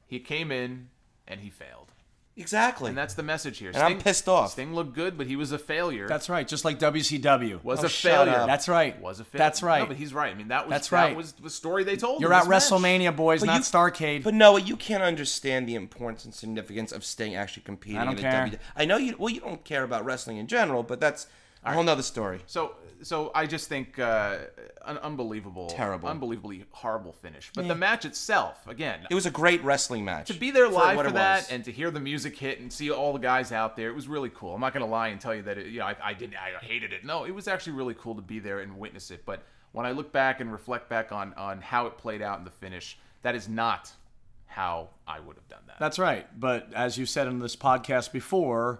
He came in and he failed. Exactly. And that's the message here. And I'm pissed off. Sting looked good, but he was a failure. That's right. Just like WCW was Oh, a shut failure. up. That's right. Was a failure. That's right. No, but he's right. I mean, that was That's that right. was the story they told. You're in at this match. WrestleMania, boys, not Starcade. But Noah, you can't understand the importance and significance of Sting actually competing. I don't in care. A w- E. I know you. Well, you don't care about wrestling in general, but that's a whole nother story. So, so I just think uh, an unbelievable, Terrible. unbelievably horrible finish. But the match itself, again, It was a great wrestling match. to be there live what for it that was. and to hear the music hit and see all the guys out there, it was really cool. I'm not gonna lie and tell you that it, you know I, I didn't, I hated it. No, it was actually really cool to be there and witness it. But when I look back and reflect back on on how it played out in the finish, that is not how I would have done that. That's right. But as you said in this podcast before,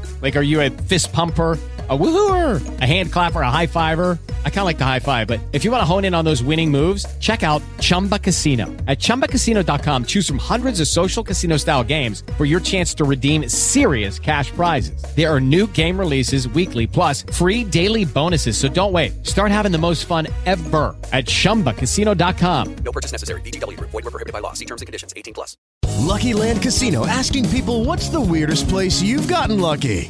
Like, are you a fist pumper? A woohooer, a hand clapper, a high fiver. I kind of like the high five, but if you want to hone in on those winning moves, check out Chumba Casino. At chumbacasino.com, choose from hundreds of social casino style games for your chance to redeem serious cash prizes. There are new game releases weekly, plus free daily bonuses. So don't wait. Start having the most fun ever at chumbacasino.com. No purchase necessary. VGW Group. Void were prohibited by law. See terms and conditions. 18 plus. Lucky Land Casino asking people what's the weirdest place you've gotten lucky?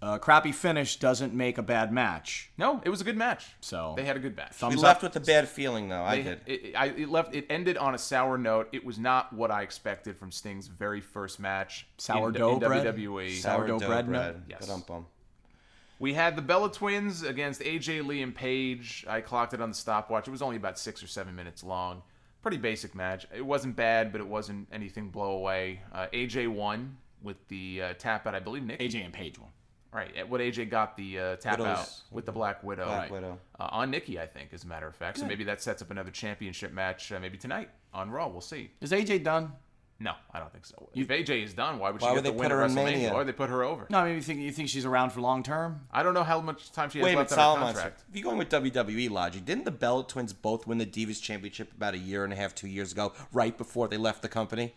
a uh, crappy finish doesn't make a bad match. No, it was a good match. So They had a good match. we Thumbs up. left with a bad feeling, though. I They- did. It, it- I, it left. It ended on a sour note. It was not what I expected from Sting's very first match. in- Sourdough in E. bread? WWE. Sourdough bread bread. nut? Yes. Ba-dum-bum. We had the Bella Twins against AJ Lee and Paige. I clocked it on the stopwatch. It was only about six or seven minutes long. Pretty basic match. It wasn't bad, but it wasn't anything blow away. Uh, AJ won with the uh, tap out. I believe Nick. AJ and Page one. Right. At what AJ got the uh, tap Widow's- out with the Black Widow. Black Right. Widow. Uh, on Nikki, I think, as a matter of fact. So maybe that sets up another championship match, uh, maybe tonight on Raw. We'll see. Is AJ done? No, I don't think so. If AJ is done, why would she Why would get the they put win at her in WrestleMania? Mania? Or they put her over? No, I mean, you think you think she's around for long term? I don't know how much time she has Wait a minute, left on her Solomon. contract. If you're going with WWE logic, didn't the Bella Twins both win the Divas Championship about a year and a half, two years ago, right before they left the company?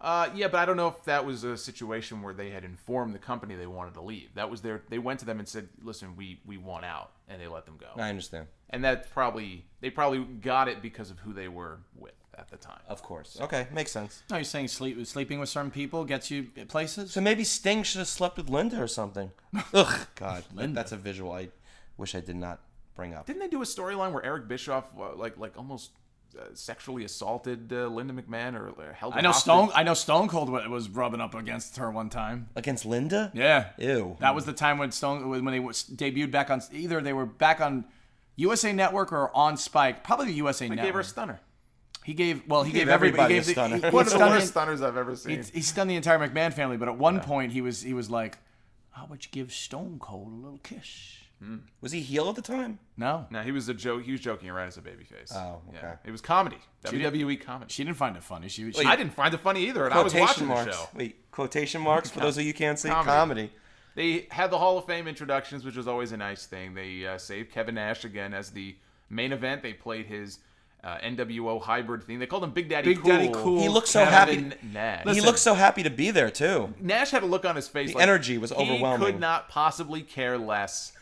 Uh, yeah, but I don't know if that was a situation where they had informed the company they wanted to leave. That was their. They went to them and said, "Listen, we we want out," and they let them go. I understand. And that probably they probably got it because of who they were with at the time. Of course. Okay, makes sense. No, you're saying sleep sleeping with certain people gets you places. So maybe Sting should have slept with Linda or something. Ugh, God, that's a visual I wish I did not bring up. Didn't they do a storyline where Eric Bischoff uh, like like almost uh, sexually assaulted uh, Linda McMahon or uh, held? I know hostage? Stone. I know Stone Cold wa- was rubbing up against her one time. Against Linda? Yeah. Ew. That was the time when Stone when they was debuted back on either they were back on USA Network or on Spike, probably the USA They Network. gave her a stunner. he gave well he, gave, gave everybody everybody, he gave a stunner. The, he, One he of the stunned worst the- stunners I've ever seen. he, he stunned the entire McMahon family, but at one point he was he was like, "How about you give Stone Cold a little kiss?" Was he heel at the time? No, no, he was a joke. He was joking around as a babyface. Oh, okay. yeah. It was comedy. WWE comedy. she didn't find it funny. She, she I didn't find it funny either, and I was watching marks. the show. Wait, quotation marks for those of you who can't see Comedy. comedy. They had the Hall of Fame introductions, which was always a nice thing. They uh, saved Kevin Nash again as the main event. They played his uh, NWO hybrid thing. They called him Big Daddy Big Cool. Daddy Cool. He looked so Kevin happy. Nash. He looked so happy to be there too. Nash had a look on his face. The like, energy was He could overwhelming. not possibly care less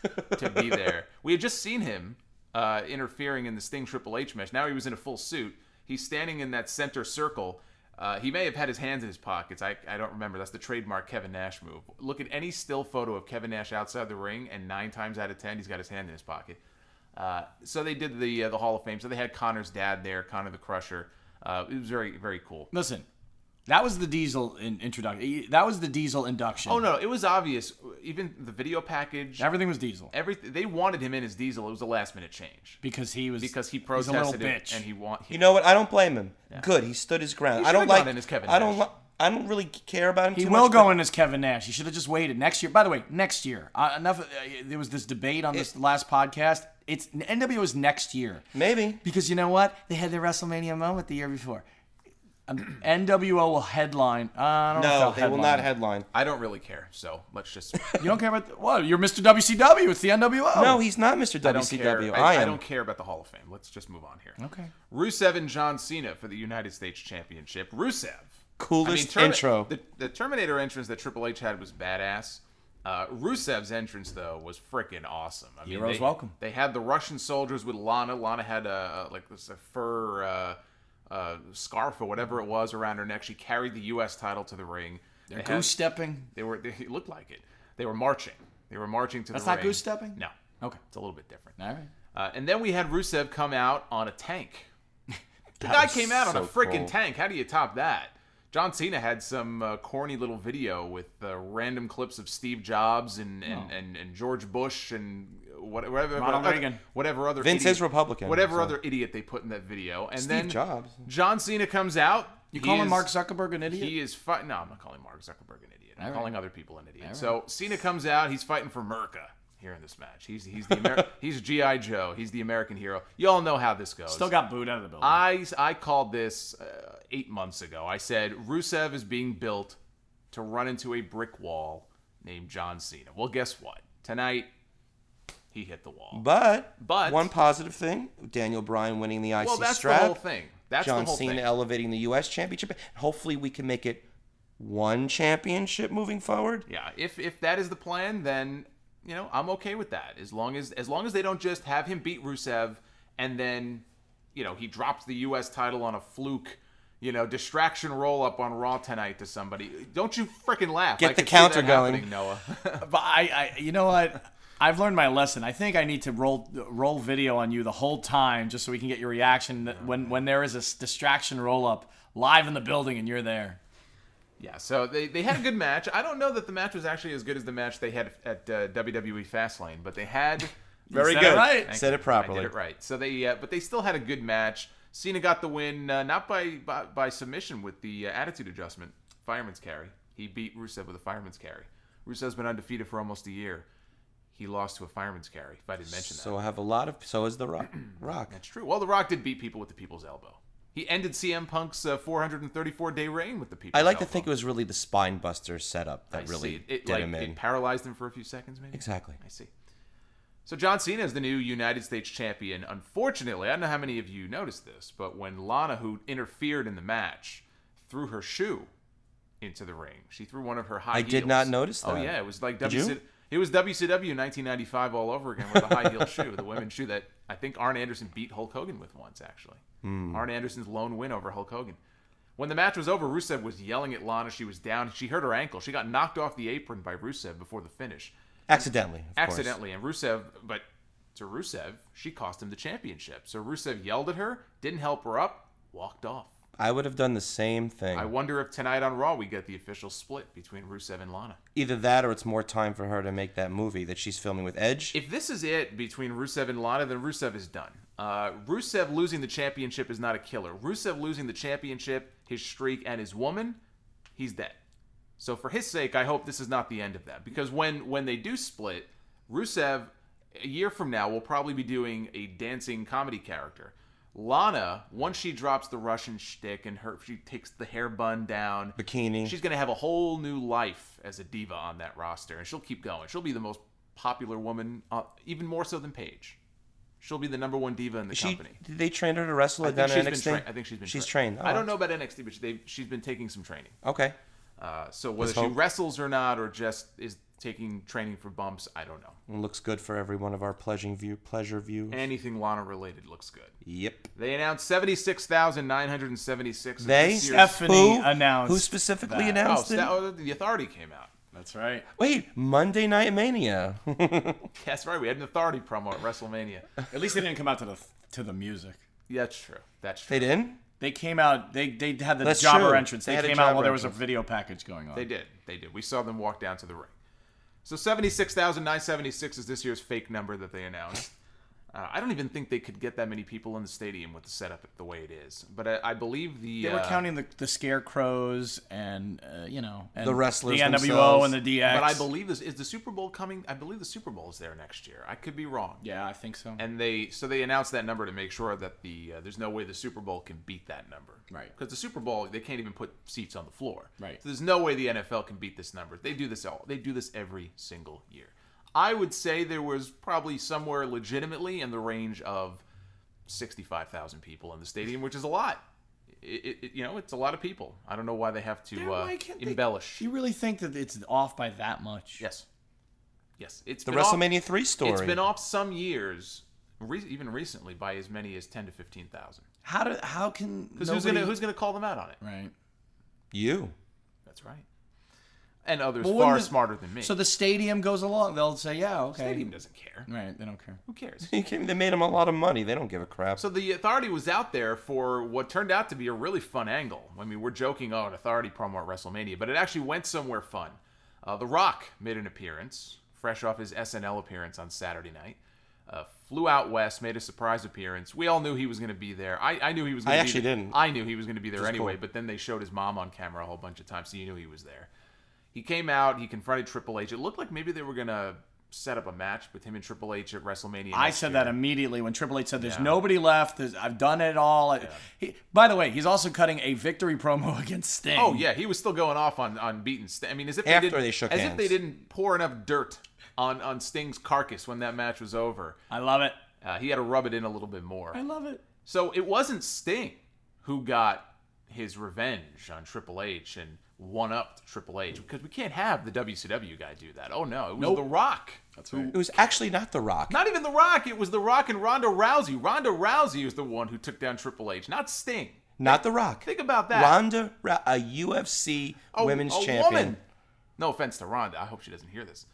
to be there. we had just seen him uh, interfering in the Sting Triple H match. Now he was in a full suit. He's standing in that center circle. Uh, he may have had his hands in his pockets. I, I don't remember. That's the trademark Kevin Nash move. Look at any still photo of Kevin Nash outside the ring, and nine times out of ten, he's got his hand in his pocket. Uh, so they did the uh, the Hall of Fame. So they had Connor's dad there, Connor the Crusher. Uh, it was very very cool. Listen, that was the Diesel in, introduction. That was the Diesel induction. Oh no, it was obvious. Even the video package, everything was Diesel. Everything they wanted him in as Diesel. It was a last minute change because he was because he he's a protested little it bitch. and he want. You know what? I don't blame him. Good, he stood his ground. He I don't should've gone like. in as Kevin I don't. Li- I don't really care about him. He too will much, go but- in as Kevin Nash. He should have just waited next year. By the way, next year. Uh, enough. Uh, there was this debate on this last podcast. It's NWO is next year. Maybe because you know what? They had their WrestleMania moment the year before. Um, NWO will headline. Uh, I don't know if they'll headline. I don't really care. So let's just. You don't care about the, what? You're Mr. WCW. It's the NWO. No, he's not Mr. I don't care. WCW. I I, am. don't care about the Hall of Fame. Let's just move on here. Okay. Rusev and John Cena for the United States Championship. Rusev. Coolest intro. The, the Terminator entrance that Triple H had was badass. Uh, Rusev's entrance though was freaking awesome. I mean, Heroes they, welcome. They had the Russian soldiers with Lana. Lana had a like this a fur uh, uh, scarf or whatever it was around her neck. She carried the U.S. title to the ring. They're They had- goose stepping. They were. They, it looked like it. They were marching. They were marching to That's the not ring. goose stepping? No. Okay. It's a little bit different. All right. Uh, and then we had Rusev come out on a tank. The guy was came out on a so freaking cool. tank. How do you top that? John Cena had some uh, corny little video with uh, random clips of Steve Jobs and and, Oh. and, and George Bush and what- whatever Ronald whatever, Reagan. whatever other Vince idiot, is Republican, whatever so. other idiot they put in that video. And Steve then Jobs. John Cena comes out. You He calling is- Mark Zuckerberg an idiot? He is fighting. No, I'm not calling Mark Zuckerberg an idiot. I'm All right. calling other people an idiot. All right. So Cena comes out. He's fighting for America here in this match. He's he's the Ameri- he's GI Joe. He's the American hero. You all know how this goes. Still got booed out of the building. I I called this uh, eight months ago. I said Rusev is being built to run into a brick wall named John Cena. Well, guess what? Tonight he hit the wall. But But- one positive thing: Daniel Bryan winning the IC Well, that's the strap. whole thing. That's the John whole Cena thing. elevating the U.S. Championship. Hopefully, we can make it one championship moving forward. Yeah, if if that is the plan, then you know I'm okay with that. As long as as long as they don't just have him beat Rusev and then you know he drops the U.S. title on a fluke, you know distraction roll up on Raw tonight to somebody. Don't you freaking laugh? Get I the could see that counter going. happening, Noah. but I, I, you know what? I've learned my lesson. I think I need to roll roll video on you the whole time just so we can get your reaction that when when there is a s- distraction roll up live in the building and you're there. Yeah, so they, they had a good match. I don't know that the match was actually as good as the match they had at uh, WWE Fastlane, but they had Very said it good. right. Thank Said you. it properly. I did it right. So they uh, but they still had a good match. Cena got the win uh, not by, by by submission with the uh, attitude adjustment, fireman's carry. He beat Rusev with a fireman's carry. Rusev's been undefeated for almost a year. He lost to a fireman's carry. If I didn't mention that. So I have a lot of. So is the Rock. rock. That's true. Well, The Rock did beat people with the people's elbow. He ended CM Punk's uh, 434 day reign with the people's I like elbow. to think it was really the spine buster setup that I really see. it, did like, him in. It paralyzed him for a few seconds, maybe. Exactly. I see. So John Cena is the new United States champion. Unfortunately, I don't know how many of you noticed this, but when Lana, who interfered in the match, threw her shoe into the ring, she threw one of her high. I did heels. not notice Oh that. yeah, it was like Did you? WC- it was WCW 1995 all over again with a high heel shoe, the women's shoe that I think Arn Anderson beat Hulk Hogan with once actually. Hmm. Arn Anderson's lone win over Hulk Hogan. When the match was over, Rusev was yelling at Lana. She was down. She hurt her ankle. She got knocked off the apron by Rusev before the finish. Accidentally. Of Course. Accidentally. And Rusev, but to Rusev, she cost him the championship. So Rusev yelled at her, didn't help her up, walked off. I would have done the same thing. I wonder if tonight on Raw we get the official split between Rusev and Lana. Either that or it's more time for her to make that movie that she's filming with Edge. If this is it between Rusev and Lana, then Rusev is done. Uh, Rusev losing the championship is not a killer. Rusev losing the championship, his streak, and his woman, he's dead. So for his sake, I hope this is not the end of that. Because when when they do split, Rusev a year from now will probably be doing a dancing comedy character. Lana, once she drops the Russian shtick and her she takes the hair bun down, Bikini. she's gonna have a whole new life as a diva on that roster, and she'll keep going. She'll be the most popular woman, uh, even more so than Paige. She'll be the number one diva in the she, company. did they train her to wrestle I at think, she's been NXT? tra- I think she's been. She's tra- trained. Oh, I don't know about NXT, but they, she's been taking some training. Okay. Uh, so whether Let's she hope. wrestles or not, or just is taking training for bumps. I don't know. It looks good for every one of our pleasure view pleasure views. Anything Lana related looks good. Yep. They announced 76,976. of They? this year's- Stephanie Who? announced Who specifically that. announced oh, it? Sta- oh, the Authority came out. That's right. Wait, Monday Night Mania. That's right. We had an Authority promo at WrestleMania. At least they didn't come out to the to the music. Yeah, that's true. That's true. They didn't? They came out. They they had the That's jobber true. entrance. They They, had a came out jobber while there was a entrance. video package going on. They did. They did. We saw them walk down to the ring. So 76,976 is this year's fake number that they announced. Uh, I don't even think they could get that many people in the stadium with the setup the way it is. But I, I believe the. They were uh, counting the, the scarecrows and uh, you know and The wrestlers the NWO themselves. and the DX. But I believe this is the Super Bowl coming. I believe the Super Bowl is there next year. I could be wrong. Yeah, I think so. And they so they announced that number to make sure that the uh, there's no way the Super Bowl can beat that number. Right. Because the Super Bowl they can't even put seats on the floor. Right. So there's no way the NFL can beat this number. They do this all. They do this every single year. I would say there was probably somewhere legitimately in the range of 65,000 people in the stadium, which is a lot. It, it- it- you know, it's a lot of people. I don't know why they have to uh, embellish. You really think that it's off by that much? Yes. Yes, it's The been off- WrestleMania 3 It's story. been off some years, re- even recently, by as many as ten to fifteen thousand. How do how can Because who's gonna who's gonna call them out on it? right? You. That's right. And others Well, far wouldn't the- smarter than me. So the stadium goes along. They'll say, "Yeah, okay." Stadium doesn't care. Right? They don't care. Who cares? They came- they made them a lot of money. They don't give a crap. So the authority was out there for what turned out to be a really fun angle. I mean, we're joking, oh, an authority promo at WrestleMania, but it actually went somewhere fun. Uh, the Rock made an appearance, fresh off his SNL appearance on Saturday night. Uh, flew out west, made a surprise appearance. We all knew he was going to be there. I, I knew he was. Gonna I be actually there. didn't. I knew he was going to be there Which is anyway. cool. But then they showed his mom on camera a whole bunch of times, so you knew he was there. He came out. He confronted Triple H. It looked like maybe they were going to set up a match with him and Triple H at WrestleMania. I next said year. that immediately when Triple H said, "There's Yeah. nobody left. There's, I've done it all." He, by the way, he's also cutting a victory promo against Sting. Oh yeah, he was still going off on on beating Sting. I mean, as if After they, didn't, they shook as if hands. they didn't pour enough dirt on on Sting's carcass when that match was over. I love it. Uh, he had to rub it in a little bit more. I love it. So it wasn't Sting who got his revenge on Triple H and one upped Triple H because we can't have the WCW guy do that. Oh no, it was Nope. The Rock. That's right. It was actually not The Rock. Not even The Rock. It was The Rock and Ronda Rousey. Ronda Rousey is the one who took down Triple H, not Sting. Not The Rock. Think about that. Ronda, Ra- a UFC A- women's a champion. woman. No offense to Ronda, I hope she doesn't hear this.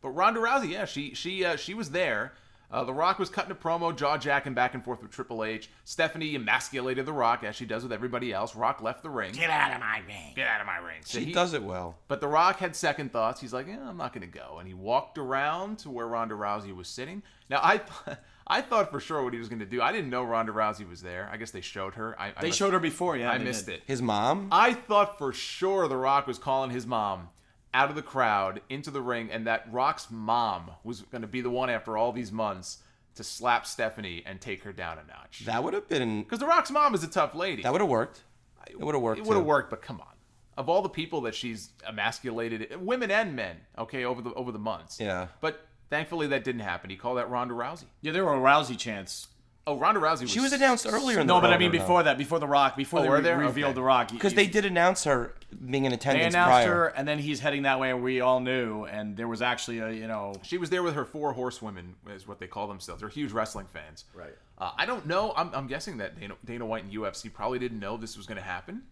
But Ronda Rousey, yeah, she she uh, she was there. Uh, the Rock was cutting a promo, jaw jacking back and forth with Triple H. Stephanie emasculated The Rock as she does with everybody else. Rock left the ring. Get out of my ring. Get out of my ring. So She he- does it well. But The Rock had second thoughts. He's like, eh, I'm not going to go. And he walked around to where Ronda Rousey was sitting. Now, I th- I thought for sure what he was going to do. I didn't know Ronda Rousey was there. I guess they showed her. I, I They must- showed her before, yeah, I they missed did. it. His mom? I thought for sure The Rock was calling his mom out of the crowd into the ring, and that Rock's mom was going to be the one after all these months to slap Stephanie and take her down a notch. That would have been. Because The Rock's mom is a tough lady. That would have worked. It would have worked. It would have too. worked, but come on. Of all the people that she's emasculated, women and men, okay, over the over the months. Yeah. But thankfully that didn't happen. He called that Ronda Rousey. Yeah, there were Rousey chants. Oh, Ronda Rousey. Was She was announced earlier in the no, but I mean program, though. before that, before The Rock, before Oh, they were re- there? revealed Okay. The Rock, you- Because they did announce her being in they attendance announced prior. her, and then he's heading that way, and we all knew, and there was actually a you know She was there with her four horsewomen, is what they call themselves. They're huge wrestling fans. Right. Uh, I don't know. I'm, I'm guessing that Dana, Dana White and UFC probably didn't know this was going to happen.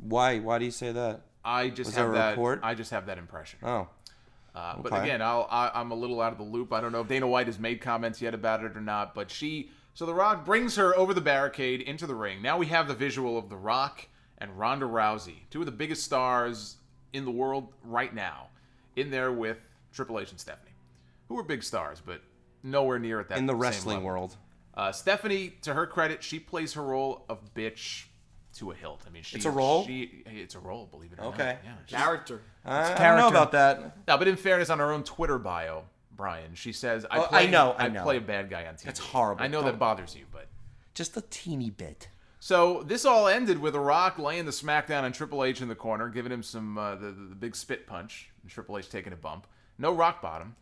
Why? Why do you say that? I just Was have there a that. report? I just have that impression. Oh. Uh, But Okay. again, I'll, I, I'm a little out of the loop. I don't know if Dana White has made comments yet about it or not. But she, so The Rock brings her over the barricade into the ring. Now we have the visual of The Rock and Ronda Rousey, two of the biggest stars in the world right now, in there with Triple H and Stephanie, who are big stars, but nowhere near at that in the same wrestling level. world. Uh, Stephanie, to her credit, she plays her role of bitch to a hilt. I mean, she, It's a role? She, it's a role, believe it or Okay. not. Yeah, Character. I- I don't know about that. No, but in fairness, on her own Twitter bio, Brian, she says, "I Oh, I play, know, I know. play a bad guy on TV. That's horrible. I know Don't- that bothers you, but Just a teeny bit. so this all ended with The Rock laying the smackdown on Triple H in the corner, giving him some uh, the, the big spit punch, and Triple H taking a bump. No rock bottom.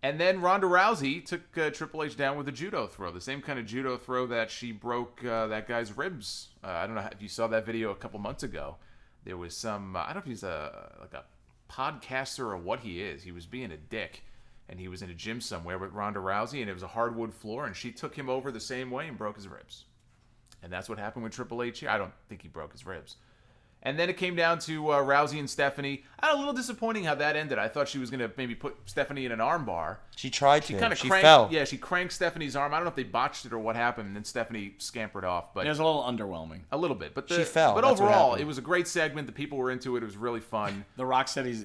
And then Ronda Rousey took uh, Triple H down with a judo throw, the same kind of judo throw that she broke uh, that guy's ribs. Uh, I don't know if you saw that video a couple months ago. There was some uh, I don't know if he's a like a podcaster or what he is. He was being a dick. And he was in a gym somewhere with Ronda Rousey, and it was a hardwood floor, and she took him over the same way and broke his ribs. And that's what happened with Triple H. here. I don't think he broke his ribs. And then it came down to uh, Rousey and Stephanie. I had a little disappointing how that ended. I thought she was going to maybe put Stephanie in an armbar. She tried She to. kind of she cranked, fell. Yeah, she cranked Stephanie's arm. I don't know if they botched it or what happened. And then Stephanie scampered off. But It was a little underwhelming. A little bit, but the, She fell. But That's what overall, happened. it was a great segment. The people were into it. It was really fun. the Rock said he's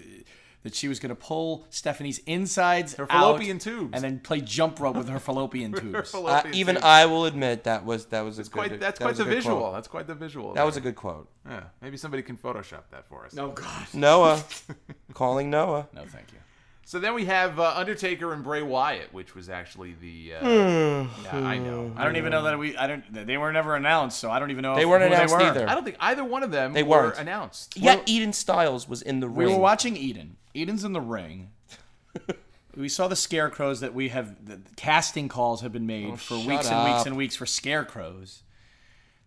that she was going to pull Stephanie's insides, her fallopian out, tubes. and then play jump rope with her fallopian tubes. Uh, even I will admit that was that was a good. Quite, that's that quite was a the good visual. quote. That's quite the visual. That was a there. good quote. Yeah, maybe somebody can Photoshop that for us. Oh, God. Noah, calling Noah. No, thank you. So then we have uh, Undertaker and Bray Wyatt, which was actually the. Uh, Hmm. yeah, I know. I don't even know that we. I don't. They were never announced, so I don't even know. They if- weren't who announced were. either. I don't think either one of them They were weren't announced. Yet Eden Styles was in the We ring. were watching Eden. Eden's in the ring. we saw the scarecrows that we have. The casting calls have been made Oh, for shut weeks and weeks up. and weeks for scarecrows.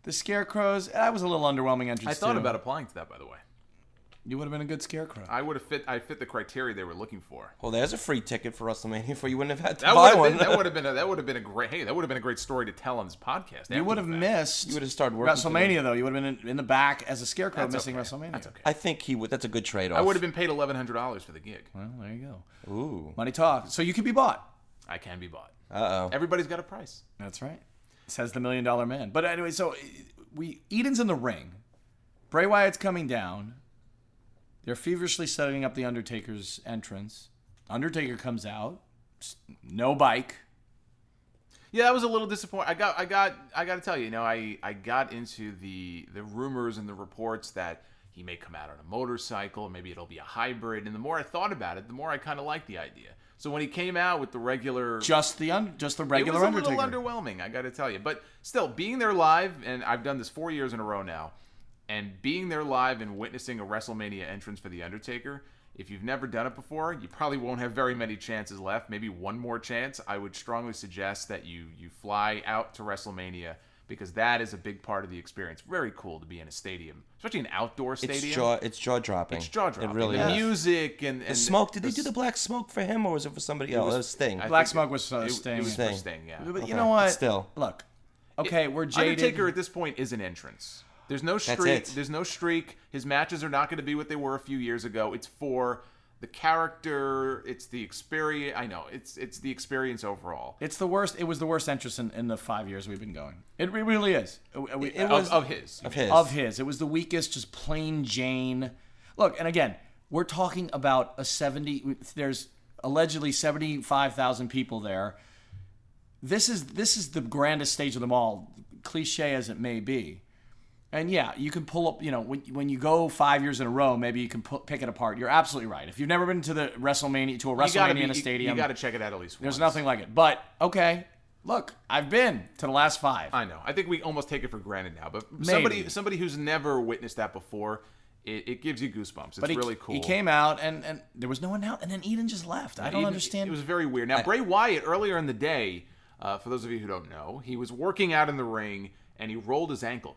The scarecrows. I was a little underwhelming entrance. I thought too. about applying to that, by the way. You would have been a good scarecrow. I would have fit. I fit the criteria they were looking for. Well, there's a free ticket for WrestleMania for you wouldn't have had to That would buy have one. been. That would have been. A, that would have been a great. Hey, that would have been a great story to tell on this podcast. You would have missed. You would have started working WrestleMania though. You would have been in, in the back as a scarecrow, That's missing WrestleMania. That's okay. I think he would. That's a good trade-off. I would have been paid eleven hundred dollars for the gig. Well, there you go. Ooh. Money talk. So you could be bought. I can be bought. Uh oh. Everybody's got a price. That's right. Says the million dollar man. But anyway, so eh, we Eden's in the ring. Bray Wyatt's coming down. They're feverishly setting up the Undertaker's entrance. Undertaker comes out. S- No bike. Yeah, that was a little disappointing. I got, I got, I got to tell you, you know, I, I got into the the rumors and the reports that he may come out on a motorcycle, maybe it'll be a hybrid. And the more I thought about it, the more I kind of liked the idea. So when he came out with the regular, Just the un, just the regular it was Undertaker. a little underwhelming. I got to tell you, but still, being there live, and I've done this four years in a row now, and being there live and witnessing a WrestleMania entrance for the Undertaker. If you've never done it before, you probably won't have very many chances left. Maybe one more chance. I would strongly suggest that you you fly out to WrestleMania because that is a big part of the experience. Very cool to be in a stadium, especially an outdoor It's stadium. jaw. It's jaw dropping. It's jaw-dropping. It really The is. music and- the and smoke. Did they the do the black smoke for him or was it for somebody else? It was Sting. I Black think Smoke was uh, it- it Sting. was for Sting. Sting, yeah. But Okay. you know what? But still. look. Okay, It- we're jaded. Undertaker at this point is an entrance. There's no That's streak. it. There's no streak. His matches are not going to be what they were a few years ago. It's for the character. It's the experience. I know. It's it's the experience overall. It's the worst. It was the worst entrance in, in the five years we've been going. It re- really is. It, It- it was- Of- of his. of his. Of his. It was the weakest, just plain Jane. Look, and again, we're talking about a 70. There's allegedly 75,000 people there. This is this is the grandest stage of them all, cliche as it may be. And yeah, you can pull up, you know, when, when you go five years in a row, maybe you can pu- pick it apart. You're absolutely right. If you've never been to the WrestleMania, to a You gotta WrestleMania be- in you- a stadium, You, got to check it out at least. once. there's nothing like it. But okay, look, I've been to the last five. I know. I think we almost take it for granted now. But somebody Maybe. somebody who's never witnessed that before, it, it gives you goosebumps. It's but he, really cool. He came out and and there was no one out, and then Eden just left. I don't Even- understand. It was very weird. Now, Bray Wyatt, earlier in the day, uh, for those of you who don't know, he was working out in the ring and he rolled his ankle.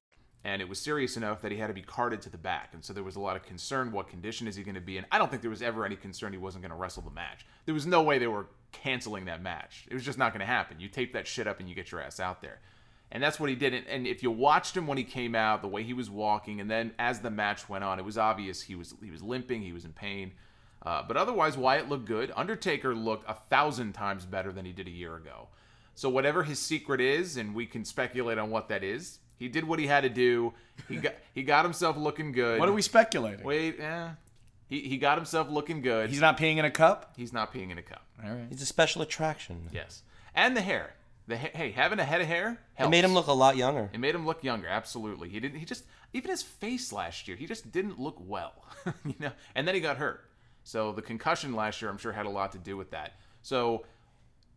and it was serious enough that he had to be carted to the back. And so there was a lot of concern what condition is he going to be in? I don't think there was ever any concern he wasn't going to wrestle the match. There was no way they were canceling that match. It was just not going to happen. You tape that shit up and you get your ass out there. And that's what he did. And- And if you watched him when he came out, the way he was walking, and then as the match went on, it was obvious he was he was limping, he was in pain. Uh, but otherwise, Wyatt looked good. Undertaker looked a thousand times better than he did a year ago. So whatever his secret is, and we can speculate on what that is, he did what he had to do. He got he got himself looking good. what are we speculating? Wait, eh. He he got himself looking good. He's not peeing in a cup. He's not peeing in a cup. All right. He's a special attraction. Yes. And the hair. The ha- hey, having a head of hair helps. It made him look a lot younger. It made him look younger, absolutely. He didn't. He just even his face last year, he just didn't look well, you know. And then he got hurt, so the concussion last year, I'm sure, had a lot to do with that. So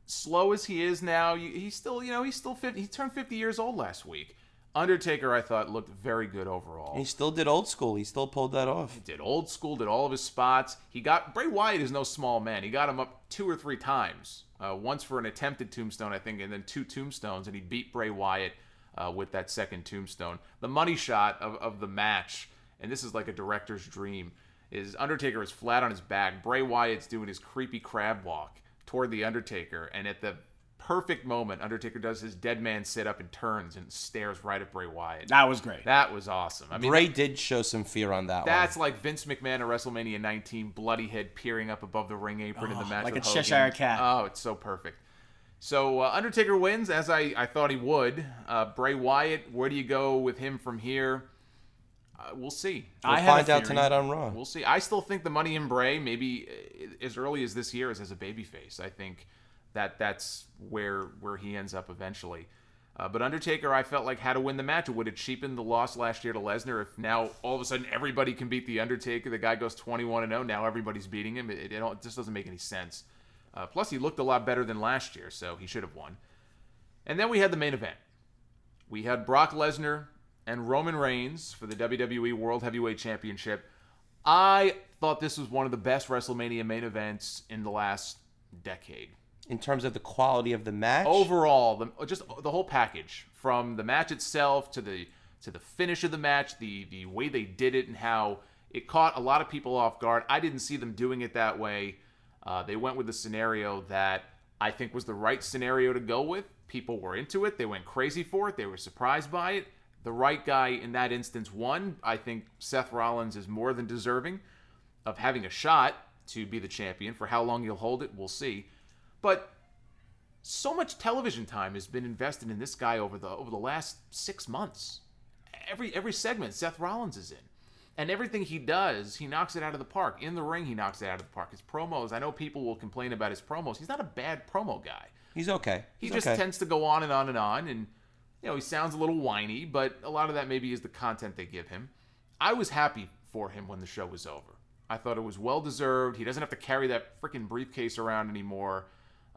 slow as he is now, you- he's still, you know, he's still 50. He turned 50 years old last week. Undertaker, I thought, looked very good overall. He still did old school. He still pulled that off. Did old school, did all of his spots. He got Bray Wyatt is no small man. He got him up two or three times. Uh, once for an attempted tombstone, I think, and then two tombstones, and he beat Bray Wyatt uh, with that second tombstone. The money shot of, of the match, and this is like a director's dream, is Undertaker is flat on his back. Bray Wyatt's doing his creepy crab walk toward the Undertaker, and at the perfect moment, Undertaker does his dead man sit up and turns and stares right at Bray Wyatt. That was great. That was awesome. I mean, Bray did show some fear on that that's like Vince McMahon at WrestleMania 19, bloody head peering up above the ring apron in the Oh, match like with a Hogan. Cheshire cat. Oh, it's so perfect. So uh, Undertaker wins as I, I thought he would. Uh, Bray Wyatt, where do you go with him from here? Uh, we'll see. We'll I have a find out theory. tonight on Raw. We'll see. I still think the Money in Bray, maybe uh, as early as this year, is as a babyface. I think that that's where where he ends up eventually. Uh, but Undertaker, I felt like had to win the match. Would it cheapen the loss last year to Lesnar if now all of a sudden everybody can beat the Undertaker? The guy goes 21 and 0. Now everybody's beating him. It, it, don't- it just doesn't make any sense. Uh, plus, he looked a lot better than last year, so he should have won. And then we had the main event. We had Brock Lesnar and Roman Reigns for the WWE World Heavyweight Championship. I thought this was one of the best WrestleMania main events in the last decade. one. In terms of the quality of the match, Overall, the, oh, just the whole package from the match itself to the to the finish of the match, the the way they did it and how it caught a lot of people off guard. I didn't see them doing it that way. Uh, they went with the scenario that I think was the right scenario to go with. People were into it. They went crazy for it. They were surprised by it. The right guy in that instance won. I think Seth Rollins is more than deserving of having a shot to be the champion. For how long he'll hold it, we'll see. But so much television time has been invested in this guy over the over the last six months. Every every segment Seth Rollins is in, and everything he does, he knocks it out of the park. In the ring, he knocks it out of the park. His promos, I know people will complain about his promos. He's not a bad promo guy. he's okay. He He's just okay. tends to go on and on and on, and you know he sounds a little whiny, but a lot of that maybe is the content they give him. I was happy for him when the show was over. I thought it was well deserved. He doesn't have to carry that freaking briefcase around anymore.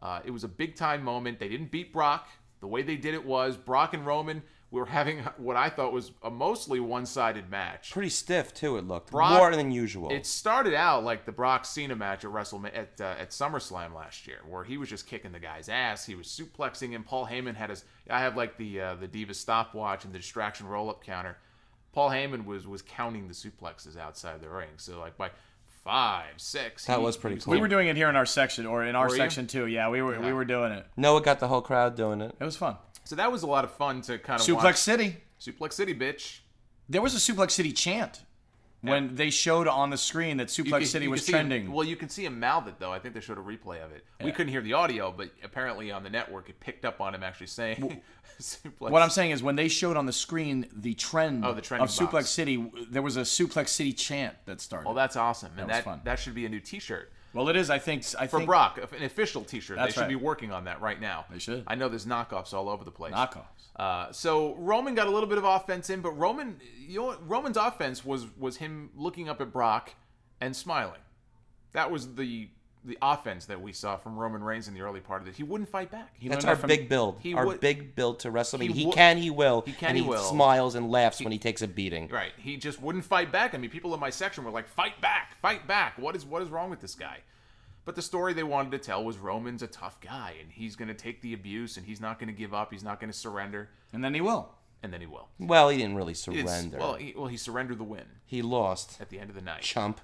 Uh, it was a big time moment. They didn't beat Brock. The way they did it was Brock and Roman were having what I thought was a mostly one sided match. pretty stiff too. It looked Brock- more than usual. It started out like the Brock Cena match at WrestleMania at, uh, at SummerSlam last year, where he was just kicking the guy's ass. He was suplexing him. Paul Heyman had his. I have like the uh, the Divas stopwatch and the distraction roll up counter. Paul Heyman was was counting the suplexes outside the ring. So like by five, six. he- he We were doing it here in our section, or in our Were you? section too. Yeah, we were we were doing it. Noah got the whole crowd doing it. It was fun. So that was a lot of fun to kind of Suplex watch. City. Suplex City, bitch. There was a Suplex City chant when they showed on the screen that You Suplex can- City you can was see trending. Him, well, you can see him mouth it though. I think they showed a replay of it. We Yeah. couldn't hear the audio, but apparently on the network it picked up on him actually saying. suplex what I'm saying is when they showed on the screen the trend Oh, the of trending Suplex box. City, there was a Suplex City chant that started. Well, that's awesome, That and was that fun. that should be a new T-shirt. Well, it is. I think I for think Brock, an official T-shirt. they That's should right. be working on that right now. They should. I know there's knockoffs all over the place. Knockoffs. Uh, so Roman got a little bit of offense in, but Roman, you know, what? Roman's offense was was him looking up at Brock and smiling. That was the the offense that we saw from Roman Reigns in the early part of it. He wouldn't fight back. That's our big build. He our would- big build to WrestleMania. He, wo- can, he will. He can, and he will. Smiles and laughs when he takes a beating. Right. He just wouldn't fight back. I mean, people in my section were like, "Fight back! Fight back! What is what is wrong with this guy?" But the story they wanted to tell was Roman's a tough guy, and he's going to take the abuse, and he's not going to give up. He's not going to surrender, and then he will. and then he will. Well, he didn't really It's- surrender. well, he, well, he surrendered the win he lost. at the end of the night. Chump.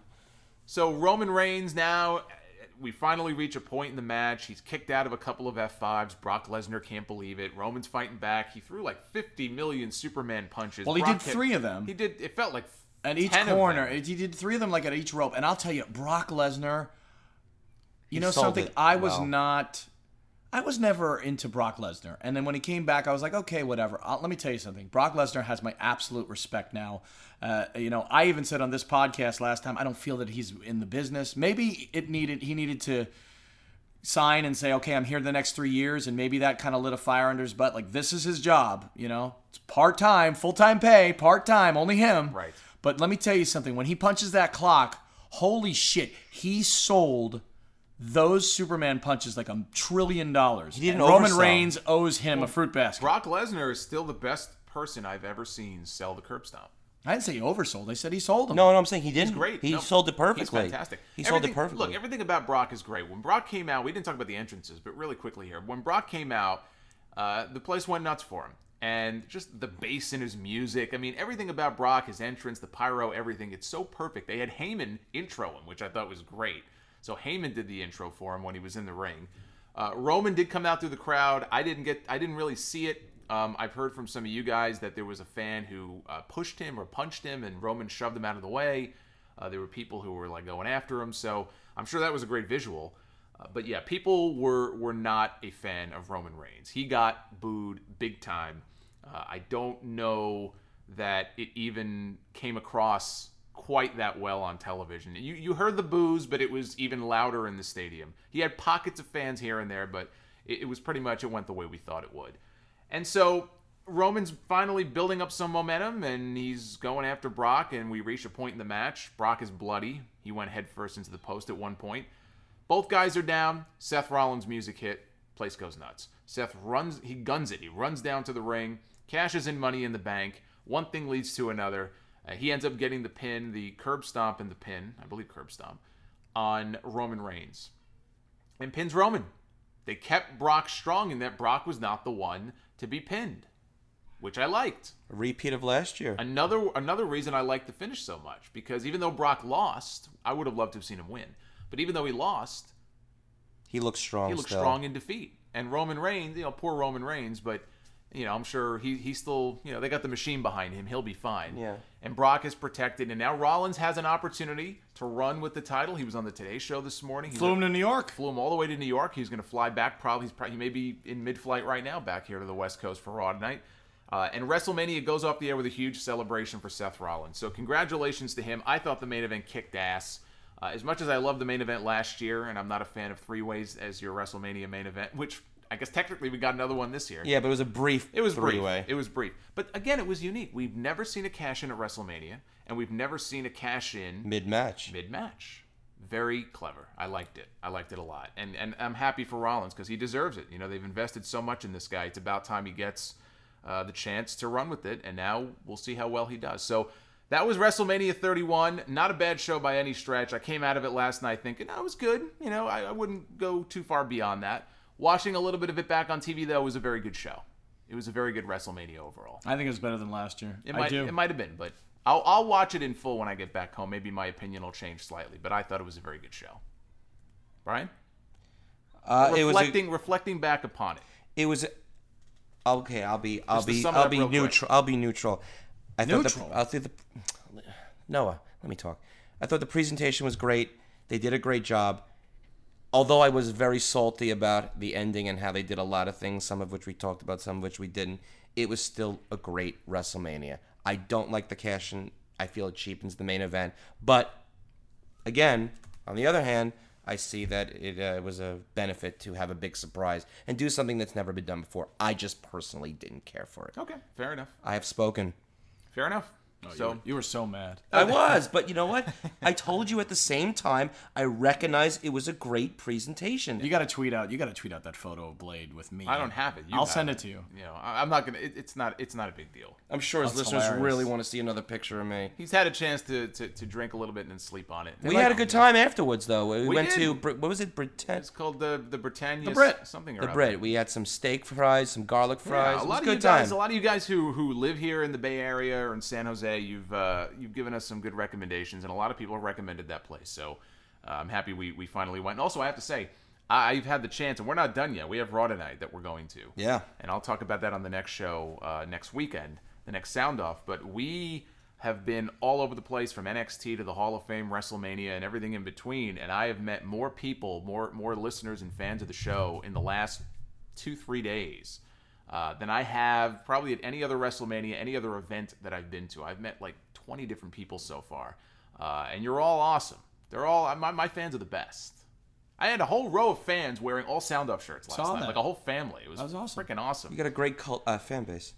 So Roman Reigns now, uh, we finally reach a point in the match. He's kicked out of a couple of F5s. Brock Lesnar can't believe it. Roman's fighting back. He threw like 50 million Superman punches. Well, he Brock did hit- three of them. He did. It felt like At each 10 of them. corner, he did three of them like at each rope. And I'll tell you, Brock Lesnar. You He know sold something? it I was well. not. I was never into Brock Lesnar, and then when he came back, I was like, okay, whatever. i let me tell you something. Brock Lesnar has my absolute respect now. Uh, you know, I even said on this podcast last time, I don't feel that he's in the business. Maybe it needed he needed to sign and say, okay, I'm here the next three years, and maybe that kind of lit a fire under his butt. Like this is his job, you know. It's part time, full time pay, part time, only him. Right. But let me tell you something. When he punches that clock, holy shit, he sold those Superman punches like a trillion dollars. did an And Roman oversell. Reigns owes him a fruit basket. Brock Lesnar is still the best person I've ever seen sell the curb stomp. I didn't say he oversold. I said he sold them. No, no, I'm saying he didn't. He's great. He No, sold it perfectly. He's fantastic. He sold it Everything- perfectly. Look, everything about Brock is great. When Brock came out, we didn't talk about the entrances, but really quickly here. When Brock came out, uh, the place went nuts for him. And just the bass in his music. I mean, everything about Brock, his entrance, the pyro, everything. It's so perfect. They had Heyman intro him, which I thought was great. So Heyman did the intro for him when he was in the ring. Uh, Roman did come out through the crowd. I didn't get. I didn't really see it. Um, I've heard from some of you guys that there was a fan who uh, pushed him or punched him, and Roman shoved him out of the way. Uh, there were people who were like going after him, so I'm sure that was a great visual. Uh, but yeah, people were were not a fan of Roman Reigns. He got booed big time. Uh, I don't know that it even came across quite that well on television. You you heard the boos, but it was even louder in the stadium. He had pockets of fans here and there, but it, it was pretty much it went the way we thought it would. And so Roman's finally building up some momentum and he's going after Brock, and we reach a point in the match. Brock is bloody. He went headfirst into the post at one point. Both guys are down. Seth Rollins' music hit. Place goes nuts. Seth runs, he guns it. He runs down to the ring, cashes in money in the bank. One thing leads to another. Uh, he ends up getting the pin, the curb stomp and the pin, I believe curb stomp, on Roman Reigns. And pins Roman. They kept Brock strong in that Brock was not the one to be pinned, which I liked. A repeat of last year. Another another reason I like the finish so much because even though Brock lost, I would have loved to have seen him win. But even though he lost, He looks strong. he looks still. strong in defeat. And Roman Reigns, you know, poor Roman Reigns, but you know, I'm sure he he's still, you know, they got the machine behind him. He'll be fine. Yeah. And Brock is protected, and now Rollins has an opportunity to run with the title. He was on the Today Show this morning. He Flew him to New York. Flew him all the way to New York. He's going to fly back. Probably he's probably, he may be in mid-flight right now, back here to the West Coast for Raw tonight. Uh, and WrestleMania goes off the air with a huge celebration for Seth Rollins. So congratulations to him. I thought the main event kicked ass. Uh, as much as I love the main event last year, and I'm not a fan of three ways as your WrestleMania main event, which I guess technically we got another one this year. Yeah, but it was a brief. It was brief. three-way. It was brief. But again, it was unique. We've never seen a cash in at WrestleMania, and we've never seen a cash in Mid match. mid match. Very clever. I liked it. I liked it a lot, and and I'm happy for Rollins because he deserves it. You know, they've invested so much in this guy. It's about time he gets uh, the chance to run with it, and now we'll see how well he does. So. That was WrestleMania 31. Not a bad show by any stretch. I came out of it last night thinking that was good. You know, I, I wouldn't go too far beyond that. Watching a little bit of it back on TV though was a very good show. It was a very good WrestleMania overall. I think it was better than last year. It I might, do. It might have been, but I'll, I'll watch it in full when I get back home. Maybe my opinion will change slightly, but I thought it was a very good show. Brian, Uh, it was. A, reflecting reflecting back upon it. it was. Okay, I'll be. I'll Just to be. sum it I'll up be real quick. neutral. I'll be neutral. I Thought Neutral? the, I think the. Noah, let me talk. I thought the presentation was great. They did a great job. Although I was very salty about the ending and how they did a lot of things, some of which we talked about, some of which we didn't, it was still a great WrestleMania. I don't like the cash in. I feel it cheapens the main event. But again, on the other hand, I see that it uh, was a benefit to have a big surprise and do something that's never been done before. I just personally didn't care for it. Okay, fair enough. I have spoken. Fair enough. so you were, you were so mad. I was, but you know what? I told you at the same time, I recognize it was a great presentation. You got to tweet out. You got to tweet out that photo of Blade with me. I don't have it. You I'll have send it to you. You know, I, I'm not gonna. It, it's not. It's not a big deal. I'm sure his That's listeners hilarious. really want to see another picture of me. He's had a chance to to, to drink a little bit and then sleep on it. we had a good time afterwards, though. We, We went did. to Brit- what was it, Britannia? It's called the the Britannia The Brit, something or the other. Brit. We had some steak fries, some garlic fries. Yeah, a it lot was of a good you guys, time. a lot of you guys who who live here in the Bay Area or in San Jose, you've uh, you've given us some good recommendations, and a lot of people have recommended that place. So uh, I'm happy we we finally went. And also, I have to say, I, I've had the chance, and we're not done yet. We have Raw tonight that we're going to. Yeah. and I'll talk about that on the next show uh, next weekend, the next sound off. But we have been all over the place from NXT to the Hall of Fame, WrestleMania, and everything in between. And I have met more people, more more listeners and fans of the show in the last two three days uh, than I have probably at any other WrestleMania, any other event that I've been to. I've met like 20 different people so far, uh, and you're all awesome. They're all my, my fans are the best. I had a whole row of fans wearing all sound off shirts last Saw night, that. like a whole family. It was, awesome. freaking awesome. You got a great cult, uh, fan base.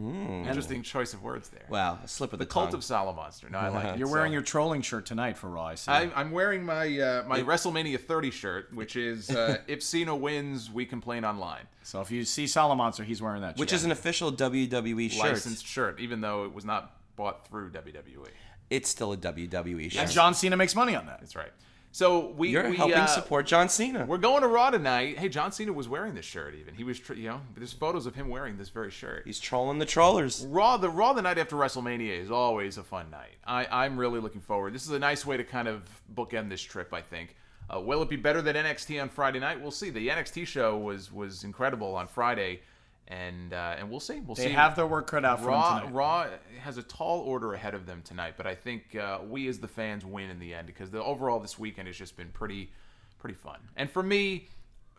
Mm. Interesting choice of words there. Wow, a slip of the, the cult tongue. of Sala Monster. No, I like it. You're wearing your trolling shirt tonight for Raw. I see. I, I'm wearing my uh, my WrestleMania 30 shirt, which is uh, if Cena wins, we complain online. so if you see Salamonster, he's wearing that. which shirt. is an official WWE shirt. Licensed shirt, even though it was not bought through E. WWE. It's still a WWE shirt. and John Cena makes money on that. That's right. So we You're we, helping uh, support John Cena. We're going to Raw tonight. Hey, John Cena was wearing this shirt. Even he was, tr- you know, there's photos of him wearing this very shirt. He's trolling the trollers. Raw the Raw the night after WrestleMania is always a fun night. I, I'm really looking forward. This is a nice way to kind of bookend this trip. I think. Uh, will it be better than NXT on Friday night? We'll see. The NXT show was was incredible on Friday, and uh, and we'll see. We'll They see. have their work cut out for them Raw tonight. Raw has a tall order ahead of them tonight, but I think uh, we as the fans win in the end because the overall this weekend has just been pretty pretty fun. And for me,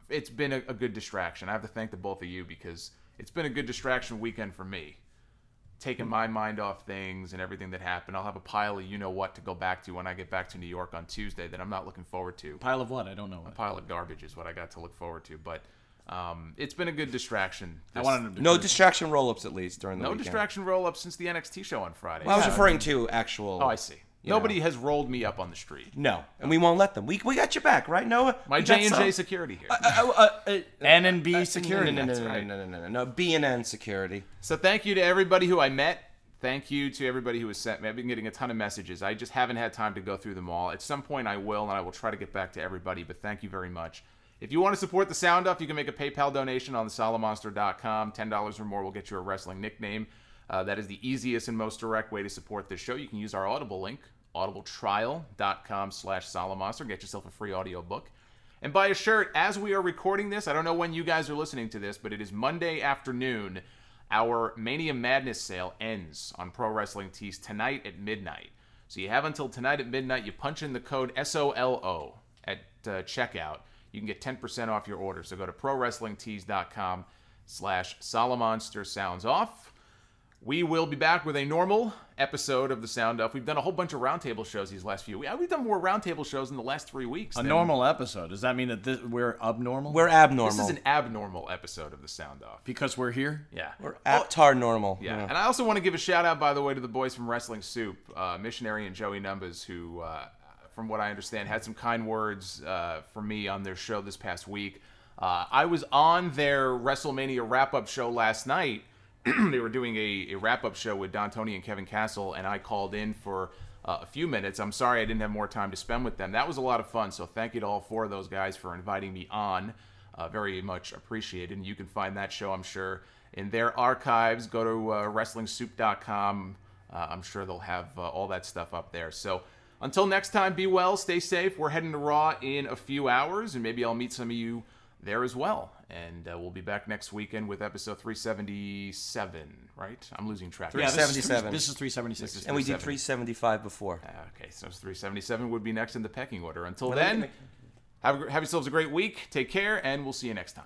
it's been a, a good distraction. I have to thank the both of you because it's been a good distraction weekend for me taking my mind off things and everything that happened. I'll have a pile of you know what to go back to when I get back to New York on Tuesday that I'm not looking forward to. Pile of what? I don't know. What. A pile of garbage is what I got to look forward to, but um, it's been a good distraction. I wanted him to No distraction roll ups, at least, during the no weekend. distraction roll up since the NXT show on Friday. Well, I was referring to actual. Oh, I see. you know. Nobody has rolled me up on the street. No, and we won't let them. We, we got your back, right, Noah? My We got J some. and Oh, uh, J security here. N and B security. No, no, That's no, no, right. no, no, no, no, no. B and N security. So thank you to everybody who I met. Thank you to everybody who has sent me. I've been getting a ton of messages. I just haven't had time to go through them all. At some point, I will, and I will try to get back to everybody. But thank you very much. If you want to support the sound off, you can make a PayPal donation on thesalamonster.com. Ten dollars or more will get you a wrestling nickname. Uh, that is the easiest and most direct way to support this show. You can use our Audible link, audibletrial.com/salamonster. Get yourself a free audiobook and buy a shirt as we are recording this. I don't know when you guys are listening to this, but it is Monday afternoon. Our Mania Madness sale ends on Pro Wrestling Tees tonight at midnight. So you have until tonight at midnight. You punch in the code SOLO at uh, checkout. You can get 10% off your order. So go to prowrestlingtees.com slash Salamonster Sounds Off. We will be back with a normal episode of the Sound Off. We've done a whole bunch of roundtable shows these last few weeks. We've done more roundtable shows in the last three weeks. A than- normal episode. Does that mean that this, we're abnormal? We're abnormal. This is an abnormal episode of the Sound Off. because we're here. Yeah. We're aptar normal. Yeah. And I also want to give a shout out, by the way, to the boys from Wrestling Soup, uh, Missionary and Joey Numbers, who, uh, from what I understand, had some kind words uh, for me on their show this past week. Uh, I was on their WrestleMania wrap up show last night. they were doing a, a wrap up show with Don Tony and Kevin Castle, and I called in for uh, a few minutes. I'm sorry I didn't have more time to spend with them. That was a lot of fun, so thank you to all four of those guys for inviting me on. Uh, very much appreciated. And you can find that show, I'm sure, in their archives. Go to uh, WrestlingSoup.com. Uh, I'm sure they'll have uh, all that stuff up there. So until next time, be well, stay safe. We're heading to Raw in a few hours, and maybe I'll meet some of you there as well. And uh, we'll be back next weekend with episode 377, right? I'm losing track. Yeah, this is 377. This is 376. And we did 375 before. Okay, so 377 would be next in the pecking order. Until Well, then, that- have, a- have yourselves a great week. Take care, and we'll see you next time.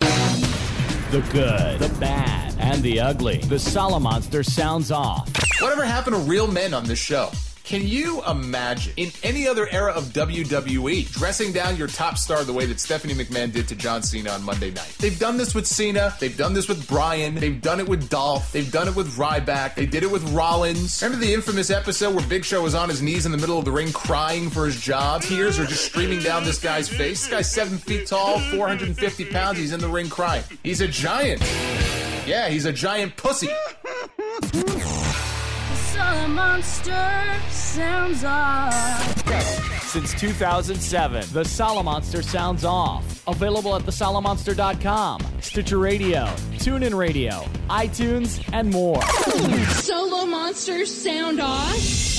The good, the bad, and the ugly. The Sala Monster sounds off. Whatever happened to real men on this show? Can you imagine in any other era of WWE dressing down your top star the way that Stephanie McMahon did to John Cena on Monday night? They've done this with Cena, they've done this with Bryan, they've done it with Dolph, they've done it with Ryback, they did it with Rollins. Remember the infamous episode where Big Show was on his knees in the middle of the ring crying for his job? Tears are just streaming down this guy's face. This guy's seven feet tall, 450 pounds, he's in the ring crying. He's a giant. Yeah, he's a giant pussy. Sala Monster sounds off. Since 2007, The Sala Monster sounds off. Available at thesalamonster.com, Stitcher Radio, TuneIn Radio, iTunes, and more. Solo Monster sound off.